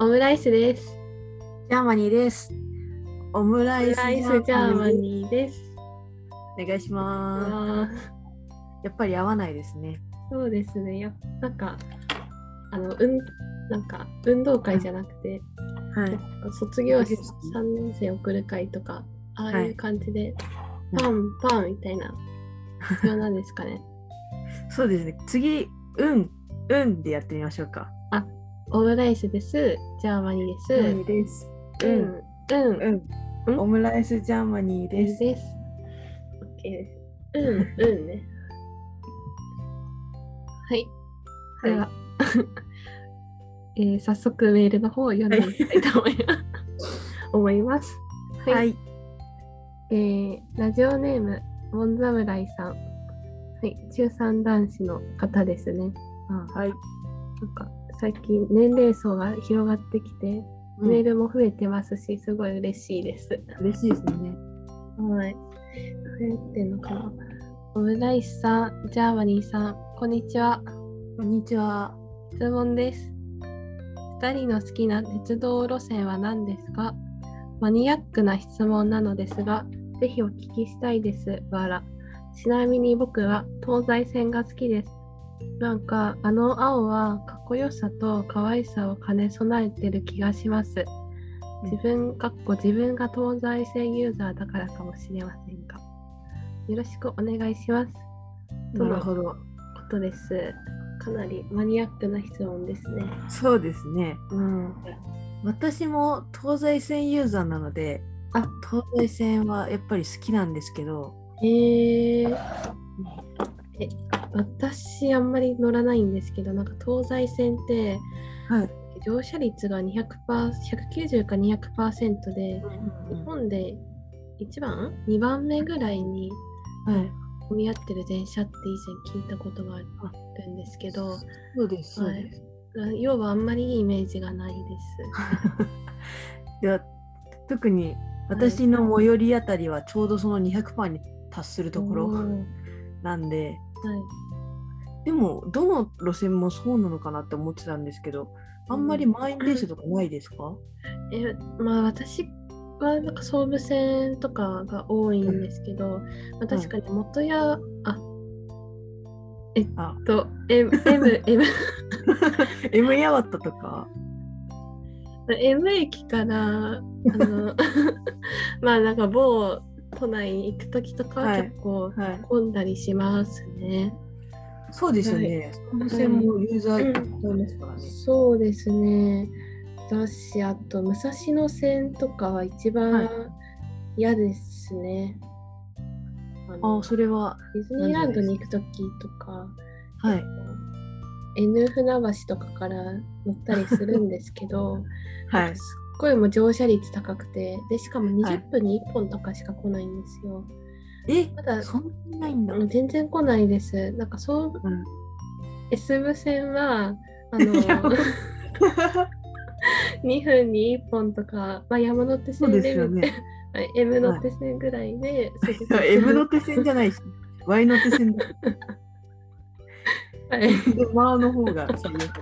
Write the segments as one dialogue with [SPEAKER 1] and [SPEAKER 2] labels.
[SPEAKER 1] ムライスです。
[SPEAKER 2] ジャーマニーです。オムラ
[SPEAKER 1] オム
[SPEAKER 2] イス
[SPEAKER 1] ライスジャーマニーです。
[SPEAKER 2] お願いしま
[SPEAKER 1] あ
[SPEAKER 2] す。やっぱり合わないですね。
[SPEAKER 1] そうですね。やっぱなんかあのうんなんか運動会じゃなくて、
[SPEAKER 2] はい。
[SPEAKER 1] 卒業式
[SPEAKER 2] 卒業式
[SPEAKER 1] 三年生送る会とかああ
[SPEAKER 2] はい
[SPEAKER 1] いう感じで、
[SPEAKER 2] うん
[SPEAKER 1] パンパンみたいな必要なんですかね。
[SPEAKER 2] そうですね。次、うん、うんでやってみましょうか。
[SPEAKER 1] オムライスです。ジャーマニーで
[SPEAKER 2] です。
[SPEAKER 1] す。うんうん
[SPEAKER 2] うんん。オムライスジャーマニー
[SPEAKER 1] で。
[SPEAKER 2] ですす。
[SPEAKER 1] です。OK です。うんうんね。はい。では、 えー早速メールの方を読んでいきたいと思います。思います はい、
[SPEAKER 2] はい。
[SPEAKER 1] えーラジオネーム、モン侍さん。はい、中三男子の方ですね。あ
[SPEAKER 2] はい。
[SPEAKER 1] ーなんか最近年齢層が広がってきて、
[SPEAKER 2] うん
[SPEAKER 1] メールも増えてますし、すごい嬉しいです。
[SPEAKER 2] 嬉しいですね。
[SPEAKER 1] はい。増えてんのかな。オムライスさん、ジャーマニーさん、こんにちは。
[SPEAKER 2] こんにちは。
[SPEAKER 1] 質問です。2人の好きな鉄道路線は何ですかマニアックな質問なのですが、ぜひお聞きしたいです。わら。ちなみに僕は東西線が好きです。なんかあの青はかっこよさと可愛さを兼ね備えてる気がします。自分かっこ自分が東西線ユーザーだからかもしれませんが。よろしくお願いします。
[SPEAKER 2] なるほど。
[SPEAKER 1] ことです。かなりマニアックな質問ですね。
[SPEAKER 2] そうですね。
[SPEAKER 1] うん。
[SPEAKER 2] 私も東西線ユーザーなので、
[SPEAKER 1] あ
[SPEAKER 2] 東西線はやっぱり好きなんですけど、
[SPEAKER 1] えー、え、私あんまり乗らないんですけど、なんか東西線って
[SPEAKER 2] はい。
[SPEAKER 1] 乗車率が200パー190か200%で、日本で1番 ?2 番目ぐらいに
[SPEAKER 2] はい。
[SPEAKER 1] 混み合ってる電車って以前聞いたことがあるんですけど、
[SPEAKER 2] そうです。そう
[SPEAKER 1] はい
[SPEAKER 2] です。
[SPEAKER 1] 要はあんまりいいイメージがないで
[SPEAKER 2] では特に私の最寄りあたりはちょうどその200%に達する
[SPEAKER 1] す。
[SPEAKER 2] とこ
[SPEAKER 1] おー
[SPEAKER 2] ろ
[SPEAKER 1] はい。
[SPEAKER 2] なんででもどの路線もそうなのかなって思ってたんですけどあんまり満員電車とかないですか、
[SPEAKER 1] えまあ私はなんか総武線とかが多いんですけど、まあ、確かに元屋、あえっ
[SPEAKER 2] あ
[SPEAKER 1] と M, M, M,
[SPEAKER 2] M ヤワットとか
[SPEAKER 1] M 駅からあ のまあなんか某都内に行く時とかは
[SPEAKER 2] はい
[SPEAKER 1] 結構
[SPEAKER 2] はい
[SPEAKER 1] 混んだりしますね。
[SPEAKER 2] そうですよね、その路線もユーザーいっぱいいますからね、
[SPEAKER 1] そうですね私あと武蔵野線とかは一
[SPEAKER 2] はい
[SPEAKER 1] 番嫌ですね。あの
[SPEAKER 2] あそれは
[SPEAKER 1] ディズニーランドに行くときとか、
[SPEAKER 2] はい
[SPEAKER 1] えっと N 船橋とかから乗ったりするんですけ ど、
[SPEAKER 2] はい
[SPEAKER 1] すっごいもう乗車率高くて、でしかも
[SPEAKER 2] はい
[SPEAKER 1] 20分に1本とかしか来ないんですよ。
[SPEAKER 2] え
[SPEAKER 1] まだ
[SPEAKER 2] そんなにないんだ、
[SPEAKER 1] うん全然来ないです。なんかそう、
[SPEAKER 2] うん
[SPEAKER 1] S 部線は、あ
[SPEAKER 2] いや
[SPEAKER 1] の、2分に1本とか、まあ、山手
[SPEAKER 2] そう
[SPEAKER 1] 線
[SPEAKER 2] です
[SPEAKER 1] で
[SPEAKER 2] よね
[SPEAKER 1] はい M の手線ぐらいで、
[SPEAKER 2] い や M の手線じゃないし Y の手線だ
[SPEAKER 1] はい
[SPEAKER 2] でマーの方が採用されたんです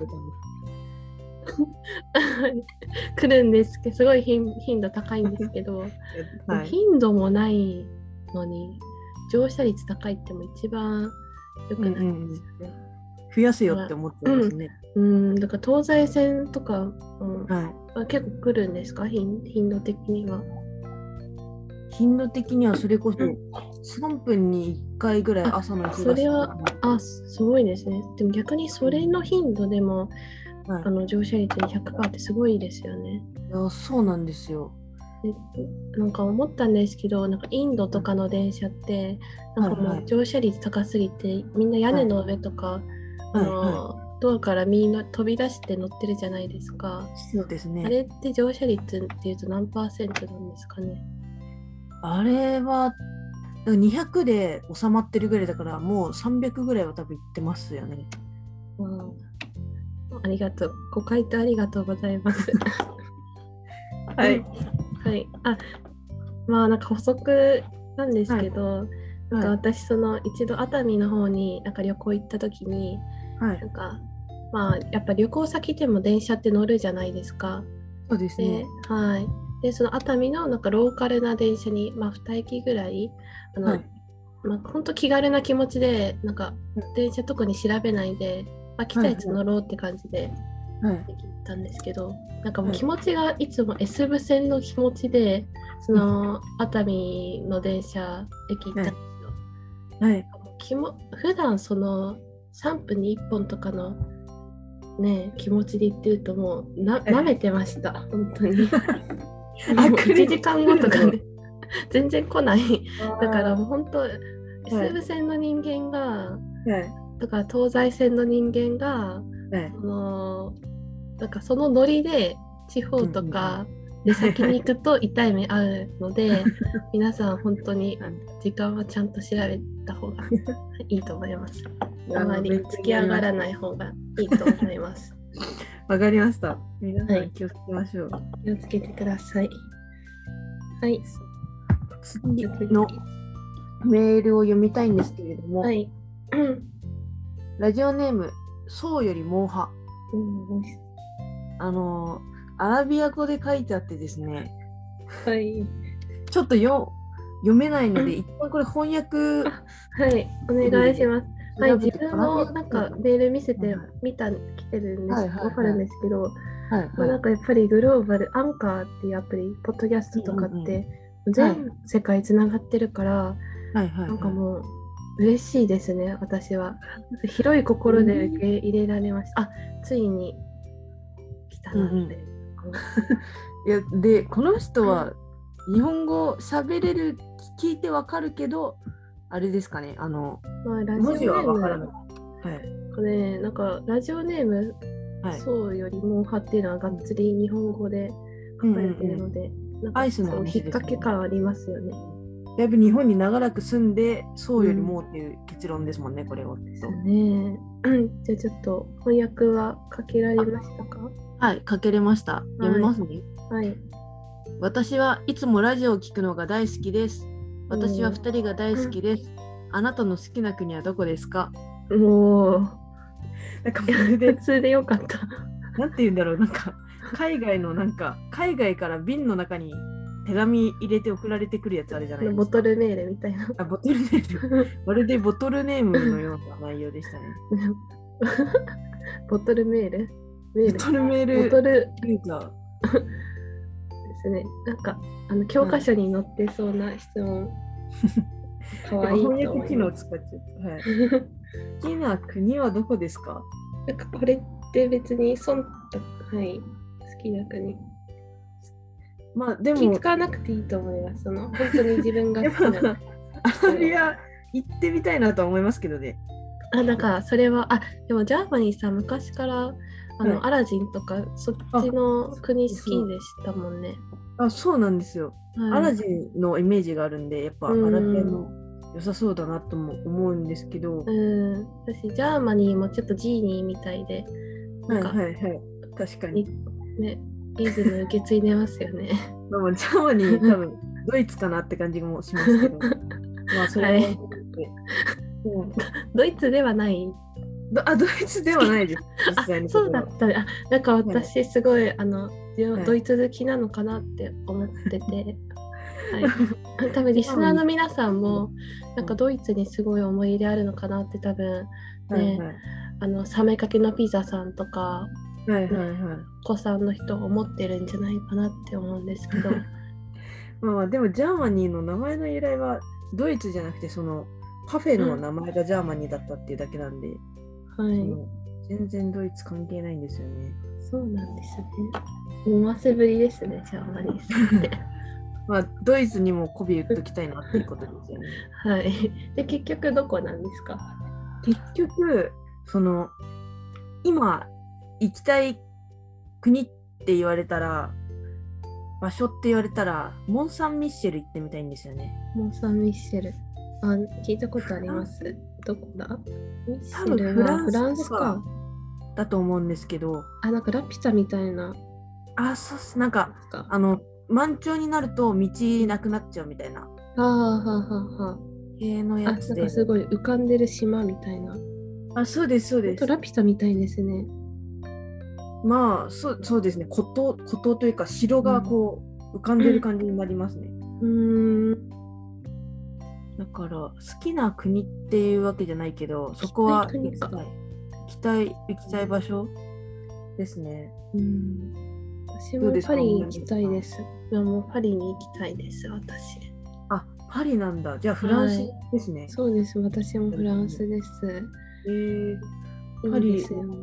[SPEAKER 1] 来るんですけどすごい頻頻度高いんですけど、
[SPEAKER 2] けどはい
[SPEAKER 1] 頻度もないのに乗車率高いっても一番良くないですよね。
[SPEAKER 2] 増やせよって思ってますね。
[SPEAKER 1] うんだから東西線とか、うん
[SPEAKER 2] はい。
[SPEAKER 1] あ結構来るんですか頻頻度的には。
[SPEAKER 2] 頻度的にはそれこそ
[SPEAKER 1] うん
[SPEAKER 2] 3分に1回ぐらい朝の日
[SPEAKER 1] それはあすすごいですね。でも逆にそれの頻度でも、
[SPEAKER 2] はい
[SPEAKER 1] あの乗車率100%ってすごいですよね。
[SPEAKER 2] いやそうなんですよ。
[SPEAKER 1] でなんか思ったんですけどなんかインドとかの電車ってなんか
[SPEAKER 2] はい
[SPEAKER 1] も
[SPEAKER 2] は
[SPEAKER 1] う
[SPEAKER 2] い
[SPEAKER 1] 乗車率高すぎてみんな屋根の上とか、あ
[SPEAKER 2] はい、
[SPEAKER 1] の
[SPEAKER 2] は
[SPEAKER 1] ドアからみんな飛び出して乗ってるじゃないですか。
[SPEAKER 2] い。そうですね。
[SPEAKER 1] あれって乗車率っていうと何パーセントなんですかね。
[SPEAKER 2] あれは200で収まってるぐらいだからもう300ぐらいは多分いってますよね。
[SPEAKER 1] うんありがとう。ご回答ありがとうございます。
[SPEAKER 2] はい
[SPEAKER 1] はい。あまあなんか補足なんですけど、なんか
[SPEAKER 2] はい。
[SPEAKER 1] 私その一度熱海の方になんか旅行行った時に、
[SPEAKER 2] は
[SPEAKER 1] ないんかまあやっぱ旅行先でも電車って乗るじゃないですか。
[SPEAKER 2] そうです
[SPEAKER 1] で
[SPEAKER 2] ね。,、
[SPEAKER 1] はい、でその熱海のなんかローカルな電車に、まあ、2駅ぐらいあの、
[SPEAKER 2] はい。
[SPEAKER 1] まあ、ほんと気軽な気持ちでなんか
[SPEAKER 2] うん
[SPEAKER 1] 電車特に調べないで、まあ、来たやつ乗ろうって感じで
[SPEAKER 2] はい。
[SPEAKER 1] できたんですけど、なんかもう
[SPEAKER 2] はい
[SPEAKER 1] 気持ちがいつも S 部線の気持ちでその熱海の電車駅行ったんですよ。
[SPEAKER 2] はい。
[SPEAKER 1] なんかもう気も普段その3分に1本とかのね気持ちで行ってるともうな
[SPEAKER 2] ええ
[SPEAKER 1] 舐めてました本当 にもう
[SPEAKER 2] あ来る
[SPEAKER 1] 1時間後とかね全然来ないだから
[SPEAKER 2] は
[SPEAKER 1] もう本当 S 部線の人間が、
[SPEAKER 2] い。はい。
[SPEAKER 1] だから東西線の人間がそのなんかそのノリで地方とか出先に行くと痛い目合うの で皆さん本当に時間はちゃんと調べた方 がいいと思います。あまり突き上がら
[SPEAKER 2] い。
[SPEAKER 1] ない方がいいと思います。
[SPEAKER 2] わかりました。皆さ
[SPEAKER 1] は
[SPEAKER 2] ん
[SPEAKER 1] い
[SPEAKER 2] 気をつけましょう。
[SPEAKER 1] 気をつけてください。はい。
[SPEAKER 2] 次のメールを読みたいんですけれども、
[SPEAKER 1] はい。うん
[SPEAKER 2] ラジオネーム、そうより毛派。
[SPEAKER 1] うん
[SPEAKER 2] あのー、アラビア語で書いてあってですね、
[SPEAKER 1] はい。
[SPEAKER 2] ちょっとよ読めないので、一旦これ翻訳
[SPEAKER 1] はい。お願いします。はい、
[SPEAKER 2] 調べ
[SPEAKER 1] 自
[SPEAKER 2] て
[SPEAKER 1] 分
[SPEAKER 2] アラビ
[SPEAKER 1] も
[SPEAKER 2] ア語
[SPEAKER 1] なんかメール見せて
[SPEAKER 2] はい
[SPEAKER 1] 見た来てるんです、
[SPEAKER 2] は
[SPEAKER 1] わ
[SPEAKER 2] いはいはい
[SPEAKER 1] かるんですけど、
[SPEAKER 2] はい
[SPEAKER 1] まあ、な
[SPEAKER 2] は
[SPEAKER 1] んかやっぱりグローバルアンカーっていうアプリポッドキャストとか
[SPEAKER 2] うん
[SPEAKER 1] っ
[SPEAKER 2] うんう
[SPEAKER 1] て全世界つながってるから、
[SPEAKER 2] いはいはい
[SPEAKER 1] なんかもう嬉しいですね私 は広い心で受け入れられました、あついに来たなって、
[SPEAKER 2] いやでこの人は日本語喋れる聞いてわかるけどあれですかねあの
[SPEAKER 1] まあ、ラ
[SPEAKER 2] 文字
[SPEAKER 1] ジオ
[SPEAKER 2] は
[SPEAKER 1] ネー
[SPEAKER 2] わ
[SPEAKER 1] ム
[SPEAKER 2] からない
[SPEAKER 1] な。
[SPEAKER 2] はい
[SPEAKER 1] んかねなんかラジオネーム、
[SPEAKER 2] はい。
[SPEAKER 1] そうよりも派っていうのはがっつり日本語で
[SPEAKER 2] う
[SPEAKER 1] 書
[SPEAKER 2] んう
[SPEAKER 1] か
[SPEAKER 2] ん
[SPEAKER 1] れてる
[SPEAKER 2] う
[SPEAKER 1] の
[SPEAKER 2] ん
[SPEAKER 1] で、なん
[SPEAKER 2] ア
[SPEAKER 1] か
[SPEAKER 2] イス
[SPEAKER 1] そ
[SPEAKER 2] のお
[SPEAKER 1] う
[SPEAKER 2] 店
[SPEAKER 1] 引っ
[SPEAKER 2] ですね
[SPEAKER 1] 掛け感ありますよね。
[SPEAKER 2] だいぶ日本に長らく住んでそうよりもっていう結論ですもんねこれを。
[SPEAKER 1] ですね。 じゃあちょっと翻訳はかけられましたか
[SPEAKER 2] はいかけれました。読みますね。
[SPEAKER 1] はい。
[SPEAKER 2] 私はいつもラジオを聞くのが大好きです。私は
[SPEAKER 1] うん
[SPEAKER 2] 2人が大好きです。あなたの好きな国はどこですか
[SPEAKER 1] もう、
[SPEAKER 2] なんか
[SPEAKER 1] 普通でよかった。
[SPEAKER 2] なんて言うんだろう、なんか、海外のなんか、海外から瓶の中に手紙入れて送られてくるやつあるじゃないですか。
[SPEAKER 1] ボトルメールみたいな。
[SPEAKER 2] あボトルネーム。まるでボトルネームのような内容でしたね。
[SPEAKER 1] ボトルメールメ
[SPEAKER 2] ボ
[SPEAKER 1] ール
[SPEAKER 2] トルメール。
[SPEAKER 1] ボトル
[SPEAKER 2] ルが。
[SPEAKER 1] ですね。なんか、あの教科書に載ってそうな質 問。かわいいと思
[SPEAKER 2] 翻
[SPEAKER 1] い
[SPEAKER 2] 訳機能
[SPEAKER 1] ま
[SPEAKER 2] 使っちゃった。はい。
[SPEAKER 1] す。
[SPEAKER 2] 好きな国はどこですか
[SPEAKER 1] なんかこれって別に忖度、はい、好きな国。
[SPEAKER 2] まあ、で
[SPEAKER 1] 気
[SPEAKER 2] も、
[SPEAKER 1] 使わなくていいと思います。その本当に自分が
[SPEAKER 2] や
[SPEAKER 1] 好
[SPEAKER 2] っ
[SPEAKER 1] きな。
[SPEAKER 2] ぱ、アラビア行ってみたいなとは思いますけどね。
[SPEAKER 1] あだからそれはあでもジャーマニーさん昔からあの、
[SPEAKER 2] はい
[SPEAKER 1] アラジンとかそっちの国好きでしたもんね。
[SPEAKER 2] あ、そうなんですよ。
[SPEAKER 1] はい
[SPEAKER 2] アラジンのイメージがあるんで、やっぱア
[SPEAKER 1] うん
[SPEAKER 2] ラビアも良さそうだなとも思うんですけど、
[SPEAKER 1] うん私ジャーマニーもちょっとジーニーみたいで
[SPEAKER 2] は
[SPEAKER 1] ないんか、
[SPEAKER 2] はいはい。確かに。
[SPEAKER 1] ねリズム受け継いでますよね。
[SPEAKER 2] まあまあ、ジャーマニー、多分ドイツかなって感じもしま すけど。まあ、それは、
[SPEAKER 1] はい
[SPEAKER 2] うん
[SPEAKER 1] ドイツではない
[SPEAKER 2] どあ、ドイツではないです。実
[SPEAKER 1] あ
[SPEAKER 2] 際のとこ
[SPEAKER 1] そう
[SPEAKER 2] ろ
[SPEAKER 1] だ
[SPEAKER 2] は
[SPEAKER 1] ったねあなんか私すごい、あの
[SPEAKER 2] はい
[SPEAKER 1] ドイツ好きなのかなって思 ってて。はい、 多分リスナーの皆さんもなんかドイツにすごい思い入れあるのかなって多分
[SPEAKER 2] はい
[SPEAKER 1] ね
[SPEAKER 2] はい
[SPEAKER 1] あの冷めかけのピザさんとか
[SPEAKER 2] はいはいはい。
[SPEAKER 1] お子さんの人を思ってるんじゃないかなって思うんですけ ど
[SPEAKER 2] まあまあ、でもジャーマニーの名前の由来は、ドイツじゃなくて、その、カフェの名前がジャーマニーだったっていうだけなんで、
[SPEAKER 1] はい、
[SPEAKER 2] もう全然ドイツ関係ないんですよね。
[SPEAKER 1] そうなんですね思わせぶりですねジャーマニーさんって
[SPEAKER 2] まあ、ドイツにも媚び売っときたいなっていうことですよね。
[SPEAKER 1] はいで結局どこなんですか
[SPEAKER 2] 結局、その、今、行きたい国って言われたら、場所って言われたら、モン・サン・ミッシェル行ってみたいんですよね。
[SPEAKER 1] モン・サン・ミッシェルあ聞いたことありますどこだミッシェルはフ
[SPEAKER 2] フ
[SPEAKER 1] ラ
[SPEAKER 2] ラ
[SPEAKER 1] ン
[SPEAKER 2] ン
[SPEAKER 1] ス
[SPEAKER 2] ス
[SPEAKER 1] か
[SPEAKER 2] とかだと思うんですけど、
[SPEAKER 1] あなんかラピュタみたいな
[SPEAKER 2] あ、そうっす。なんか、
[SPEAKER 1] かあ
[SPEAKER 2] あの、満潮になると道なくなっちゃうみたいな
[SPEAKER 1] あーはあはあは
[SPEAKER 2] 系の
[SPEAKER 1] ああ
[SPEAKER 2] や
[SPEAKER 1] な
[SPEAKER 2] つ
[SPEAKER 1] ん
[SPEAKER 2] で
[SPEAKER 1] か。すごい浮かんでる島みたいな
[SPEAKER 2] あ、そうです、そう
[SPEAKER 1] ほん
[SPEAKER 2] です
[SPEAKER 1] と。ラピュタみたいですね
[SPEAKER 2] まあそうそうですね孤島孤島というか城がこう浮かんでる感じになりますね、
[SPEAKER 1] うーん。
[SPEAKER 2] だから好きな国っていうわけじゃないけどそこは行きたい行きたい行きたい場所ですね
[SPEAKER 1] うん私
[SPEAKER 2] ど
[SPEAKER 1] も
[SPEAKER 2] うですか
[SPEAKER 1] パリに行きたいです。いやもうパリに行きたいです、私。
[SPEAKER 2] あパリなんだじゃあフランスですね、
[SPEAKER 1] そうです、私もフランスです。
[SPEAKER 2] えーパ
[SPEAKER 1] パリ
[SPEAKER 2] リ
[SPEAKER 1] ですよね。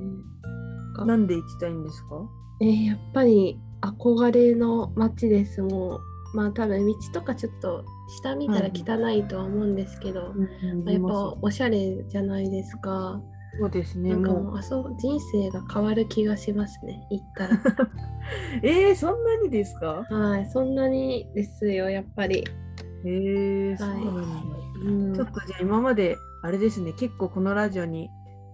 [SPEAKER 2] なんで行きたいんですか
[SPEAKER 1] えーやっぱり憧れの街です、もう。まあ多分道とかちょっと下見たら汚いとは思うんですけど、まあやっぱおしゃれじゃないですか。
[SPEAKER 2] そうですね
[SPEAKER 1] なんか
[SPEAKER 2] も
[SPEAKER 1] もうあそう人生が変わる気がしますね、行ったら。
[SPEAKER 2] うえー、そんなにですか
[SPEAKER 1] はい、そんなにですよ、やっぱり。
[SPEAKER 2] えー、そうなんだ、
[SPEAKER 1] うん
[SPEAKER 2] ちょっとじゃあ今まであれですね結構このラジオに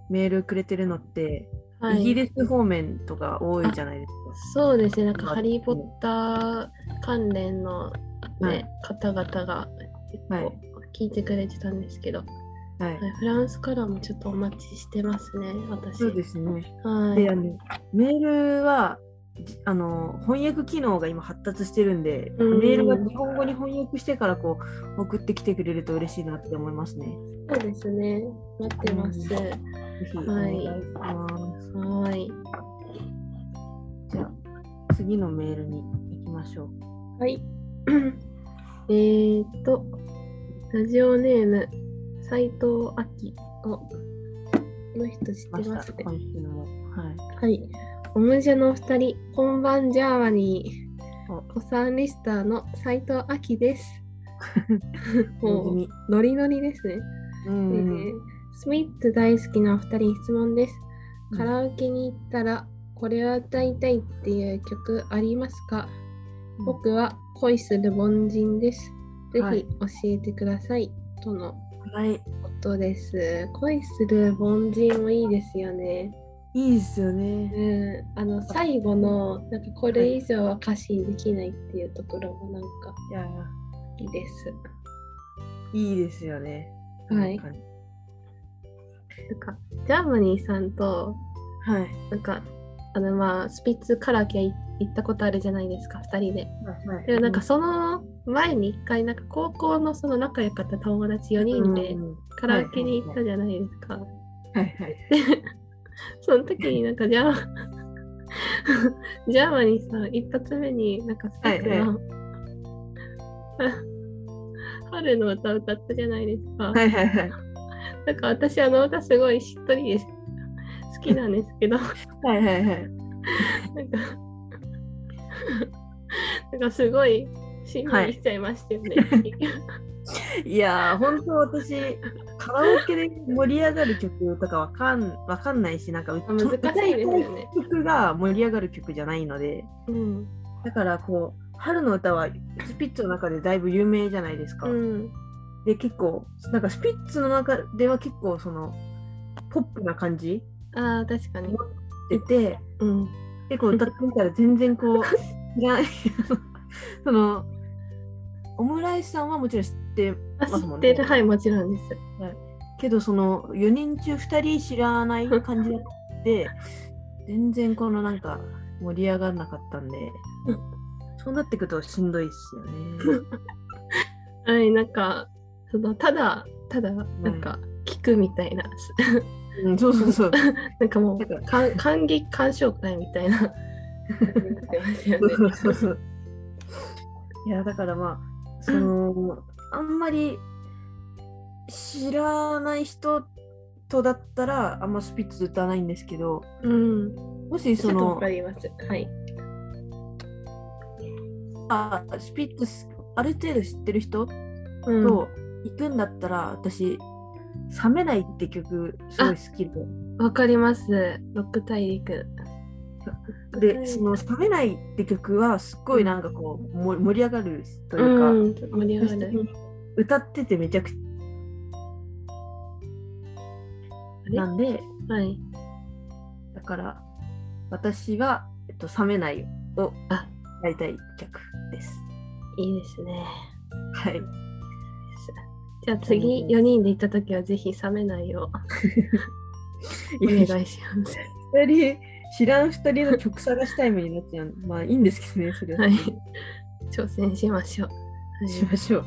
[SPEAKER 2] メールくれてるのって、
[SPEAKER 1] はい
[SPEAKER 2] イギリス方面とか多いじゃないですか
[SPEAKER 1] そうですね、なんか
[SPEAKER 2] まあ
[SPEAKER 1] ハリー・ポッター関連の、ね
[SPEAKER 2] はい
[SPEAKER 1] 方々が結
[SPEAKER 2] はい
[SPEAKER 1] 構聞いてくれてたんですけど、
[SPEAKER 2] はい
[SPEAKER 1] はいフランスからもちょっとお待ちしてますね、私。
[SPEAKER 2] そうですね。
[SPEAKER 1] はい
[SPEAKER 2] で、あのメールはじあの翻訳機能が今発達してるんで、
[SPEAKER 1] うん
[SPEAKER 2] メールが日本語に翻訳してからこう送ってきてくれると嬉しいなって思いますね。
[SPEAKER 1] そうですね、待ってます。
[SPEAKER 2] うぜひお願いします。
[SPEAKER 1] はい。
[SPEAKER 2] じゃあ次のメールに行きましょう。
[SPEAKER 1] はい。 えーっと、ラジオネーム、斉藤亜希を、この人知って
[SPEAKER 2] まし
[SPEAKER 1] ま
[SPEAKER 2] た
[SPEAKER 1] すね。
[SPEAKER 2] 今週もはい。
[SPEAKER 1] はい。オムジェのお二人、こんばんじゃーわに
[SPEAKER 2] お。
[SPEAKER 1] おさんリスターの斉藤亜希です。 もう
[SPEAKER 2] う。
[SPEAKER 1] ノリノリですね。
[SPEAKER 2] うんう
[SPEAKER 1] え
[SPEAKER 2] ん。
[SPEAKER 1] ースミッツ大好きなお二人に質問です。
[SPEAKER 2] うん
[SPEAKER 1] カラオケに行ったら、これは歌いたいっていう曲ありますか、僕は恋する凡人です。ぜ
[SPEAKER 2] はい
[SPEAKER 1] ひ教えてください。との
[SPEAKER 2] はい。
[SPEAKER 1] ことです。恋する凡人もいいですよね。
[SPEAKER 2] いいですよね。
[SPEAKER 1] うん、あの最後のなんかこれ以上は歌詞にできないっていうところもなんか
[SPEAKER 2] いや
[SPEAKER 1] いいです。
[SPEAKER 2] いいですよね。
[SPEAKER 1] はい
[SPEAKER 2] は
[SPEAKER 1] なんかジャーマニーさんと
[SPEAKER 2] い。
[SPEAKER 1] なんかあのまあスピッツカラオケ行ったことあるじゃないですか2人で。
[SPEAKER 2] はい
[SPEAKER 1] でもなんかその前に1回なんか高校のその仲良かった友達4人で
[SPEAKER 2] うん
[SPEAKER 1] カラオケに行ったじゃないですか。
[SPEAKER 2] はいはい。
[SPEAKER 1] その時になんかジ ャージャーマニーさん一発目になんかスピッツの、
[SPEAKER 2] はいは
[SPEAKER 1] 春の歌を歌ったじゃないですか。
[SPEAKER 2] はいはいはい。
[SPEAKER 1] なんか私あの歌すごいしっとりです。好きなんですけ ど、なんか、
[SPEAKER 2] はいはいはい。
[SPEAKER 1] なんかすごいしんみりしちゃいましたよね。
[SPEAKER 2] いやー、本当私、カラオケで盛り上がる曲とかわかんわかんないし、なんかう
[SPEAKER 1] 難しいですよね。
[SPEAKER 2] 曲が盛り上がる曲じゃないので、
[SPEAKER 1] うん。
[SPEAKER 2] だからこう、春の歌はスピッツの中でだいぶ有名じゃないですか。
[SPEAKER 1] うん。
[SPEAKER 2] で、結構、なんかスピッツの中では結構その、ポップな感じ
[SPEAKER 1] ああ、確かに。
[SPEAKER 2] 出て、
[SPEAKER 1] うん。
[SPEAKER 2] 結構歌ってみたら全 然こう、知らない その、オムライスさんはもちろん知って
[SPEAKER 1] あ
[SPEAKER 2] ま
[SPEAKER 1] 知
[SPEAKER 2] すも
[SPEAKER 1] っ
[SPEAKER 2] ん
[SPEAKER 1] て
[SPEAKER 2] ね。
[SPEAKER 1] る、はい、もちろんです。
[SPEAKER 2] けどその4人中2人知らない感じだって 全然このなんか盛り上がらなかったんで
[SPEAKER 1] うん
[SPEAKER 2] そうなってくるとしんどいっすよ ね。
[SPEAKER 1] はい、なんか、そのただ、ただ、なんか、聞くみたいな、
[SPEAKER 2] うん、そうそうそう。
[SPEAKER 1] なんかも
[SPEAKER 2] なん
[SPEAKER 1] う、
[SPEAKER 2] か
[SPEAKER 1] かん感激鑑賞会みたい な、なってますよね
[SPEAKER 2] そうそうそういやだからまあそのあんまり知らない人とだったらあんまスピッツ歌わないんですけど
[SPEAKER 1] うん。
[SPEAKER 2] もし
[SPEAKER 1] ちょ
[SPEAKER 2] そ
[SPEAKER 1] っと
[SPEAKER 2] の
[SPEAKER 1] わかります。はい。
[SPEAKER 2] あスピッツある程度知ってる人
[SPEAKER 1] うん
[SPEAKER 2] と行くんだったら、私「冷めない」って曲すごい好きで
[SPEAKER 1] わかります。ロック大陸。
[SPEAKER 2] でその「冷めない」って曲はすっごいなんかこう、も盛り上がると
[SPEAKER 1] う、
[SPEAKER 2] いうん
[SPEAKER 1] 盛り上
[SPEAKER 2] か、
[SPEAKER 1] がる。
[SPEAKER 2] 歌っててめちゃくちゃ
[SPEAKER 1] れ
[SPEAKER 2] なんで
[SPEAKER 1] はい。
[SPEAKER 2] だから私は、えっと「冷めない」を
[SPEAKER 1] あ
[SPEAKER 2] 大体曲です。
[SPEAKER 1] いいですね。
[SPEAKER 2] はい、
[SPEAKER 1] じゃあ次、
[SPEAKER 2] うん
[SPEAKER 1] 4人で行った時はぜひ冷めないよ
[SPEAKER 2] いう
[SPEAKER 1] お
[SPEAKER 2] や
[SPEAKER 1] 願いします。
[SPEAKER 2] 二人知らん二人の曲探したい目になっちゃう。まあいいんですけどね、それは。
[SPEAKER 1] はい。挑戦しましょう。はい
[SPEAKER 2] しましょう。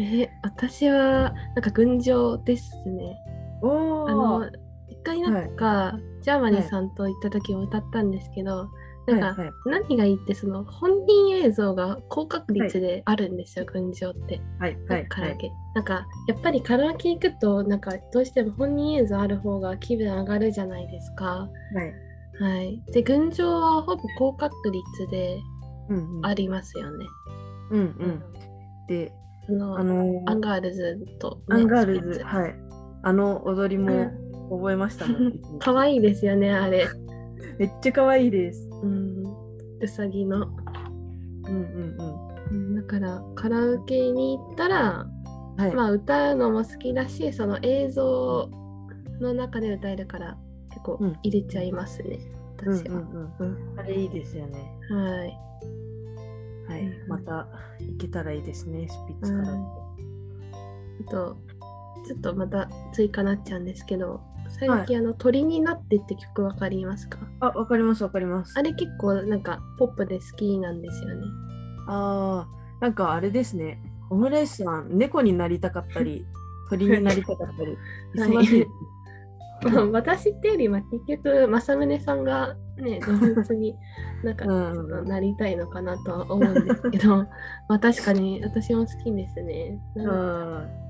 [SPEAKER 1] え私はなんか群青ですね。
[SPEAKER 2] お
[SPEAKER 1] あ
[SPEAKER 2] お。
[SPEAKER 1] の
[SPEAKER 2] は
[SPEAKER 1] 一回なんか、ジャーマニーさんと行った時も歌ったんですけど、なん
[SPEAKER 2] い
[SPEAKER 1] か、
[SPEAKER 2] はい。
[SPEAKER 1] 何がいいってその本人映像が高確率であるんですよ、群青って。
[SPEAKER 2] はいはい
[SPEAKER 1] カ
[SPEAKER 2] は
[SPEAKER 1] ラオ
[SPEAKER 2] い。
[SPEAKER 1] ケ、なんかやっぱりカラオケ行くとなんかどうしても本人映像ある方が気分上がるじゃないですか。
[SPEAKER 2] はい。
[SPEAKER 1] はい、で群青はほぼ高確率で
[SPEAKER 2] うんうん。
[SPEAKER 1] ありますよね。
[SPEAKER 2] うんうん。で、
[SPEAKER 1] あの
[SPEAKER 2] あのー
[SPEAKER 1] アンガールズと、
[SPEAKER 2] アンガールズ、
[SPEAKER 1] か
[SPEAKER 2] はい。あの踊りも覚えましたもん。
[SPEAKER 1] 可愛いですよねあれ。
[SPEAKER 2] めっちゃ可愛いです。
[SPEAKER 1] うん、うさぎの。
[SPEAKER 2] うんうん
[SPEAKER 1] うんだからカラオケに行ったら
[SPEAKER 2] うん。はい。
[SPEAKER 1] まあ歌うのも好きだしその映像の中で歌えるから結構
[SPEAKER 2] うん
[SPEAKER 1] 入れちゃいますね、
[SPEAKER 2] うん
[SPEAKER 1] 私は、
[SPEAKER 2] うんうん。あれいいですよね。
[SPEAKER 1] はい、
[SPEAKER 2] はい
[SPEAKER 1] うんう。ん
[SPEAKER 2] また行けたらいいですね、スピッツから。
[SPEAKER 1] あとちょっとまた追加なっちゃうんですけど最近あの「鳥になって」って曲わかりますか
[SPEAKER 2] あ、わかりますわかります。
[SPEAKER 1] あれ結構なんかポップで好きなんですよね
[SPEAKER 2] あーなんかあれですね。オムライスさん、猫になりたかったり、 鳥になりたかったり、
[SPEAKER 1] はい
[SPEAKER 2] 忙しい。
[SPEAKER 1] まあ私ってよりは結局政宗さんがね動物 になんかち
[SPEAKER 2] うん
[SPEAKER 1] ょっとなりたいのかなとは思うんです けど、まあ確かに私も好きですね。なんか
[SPEAKER 2] あ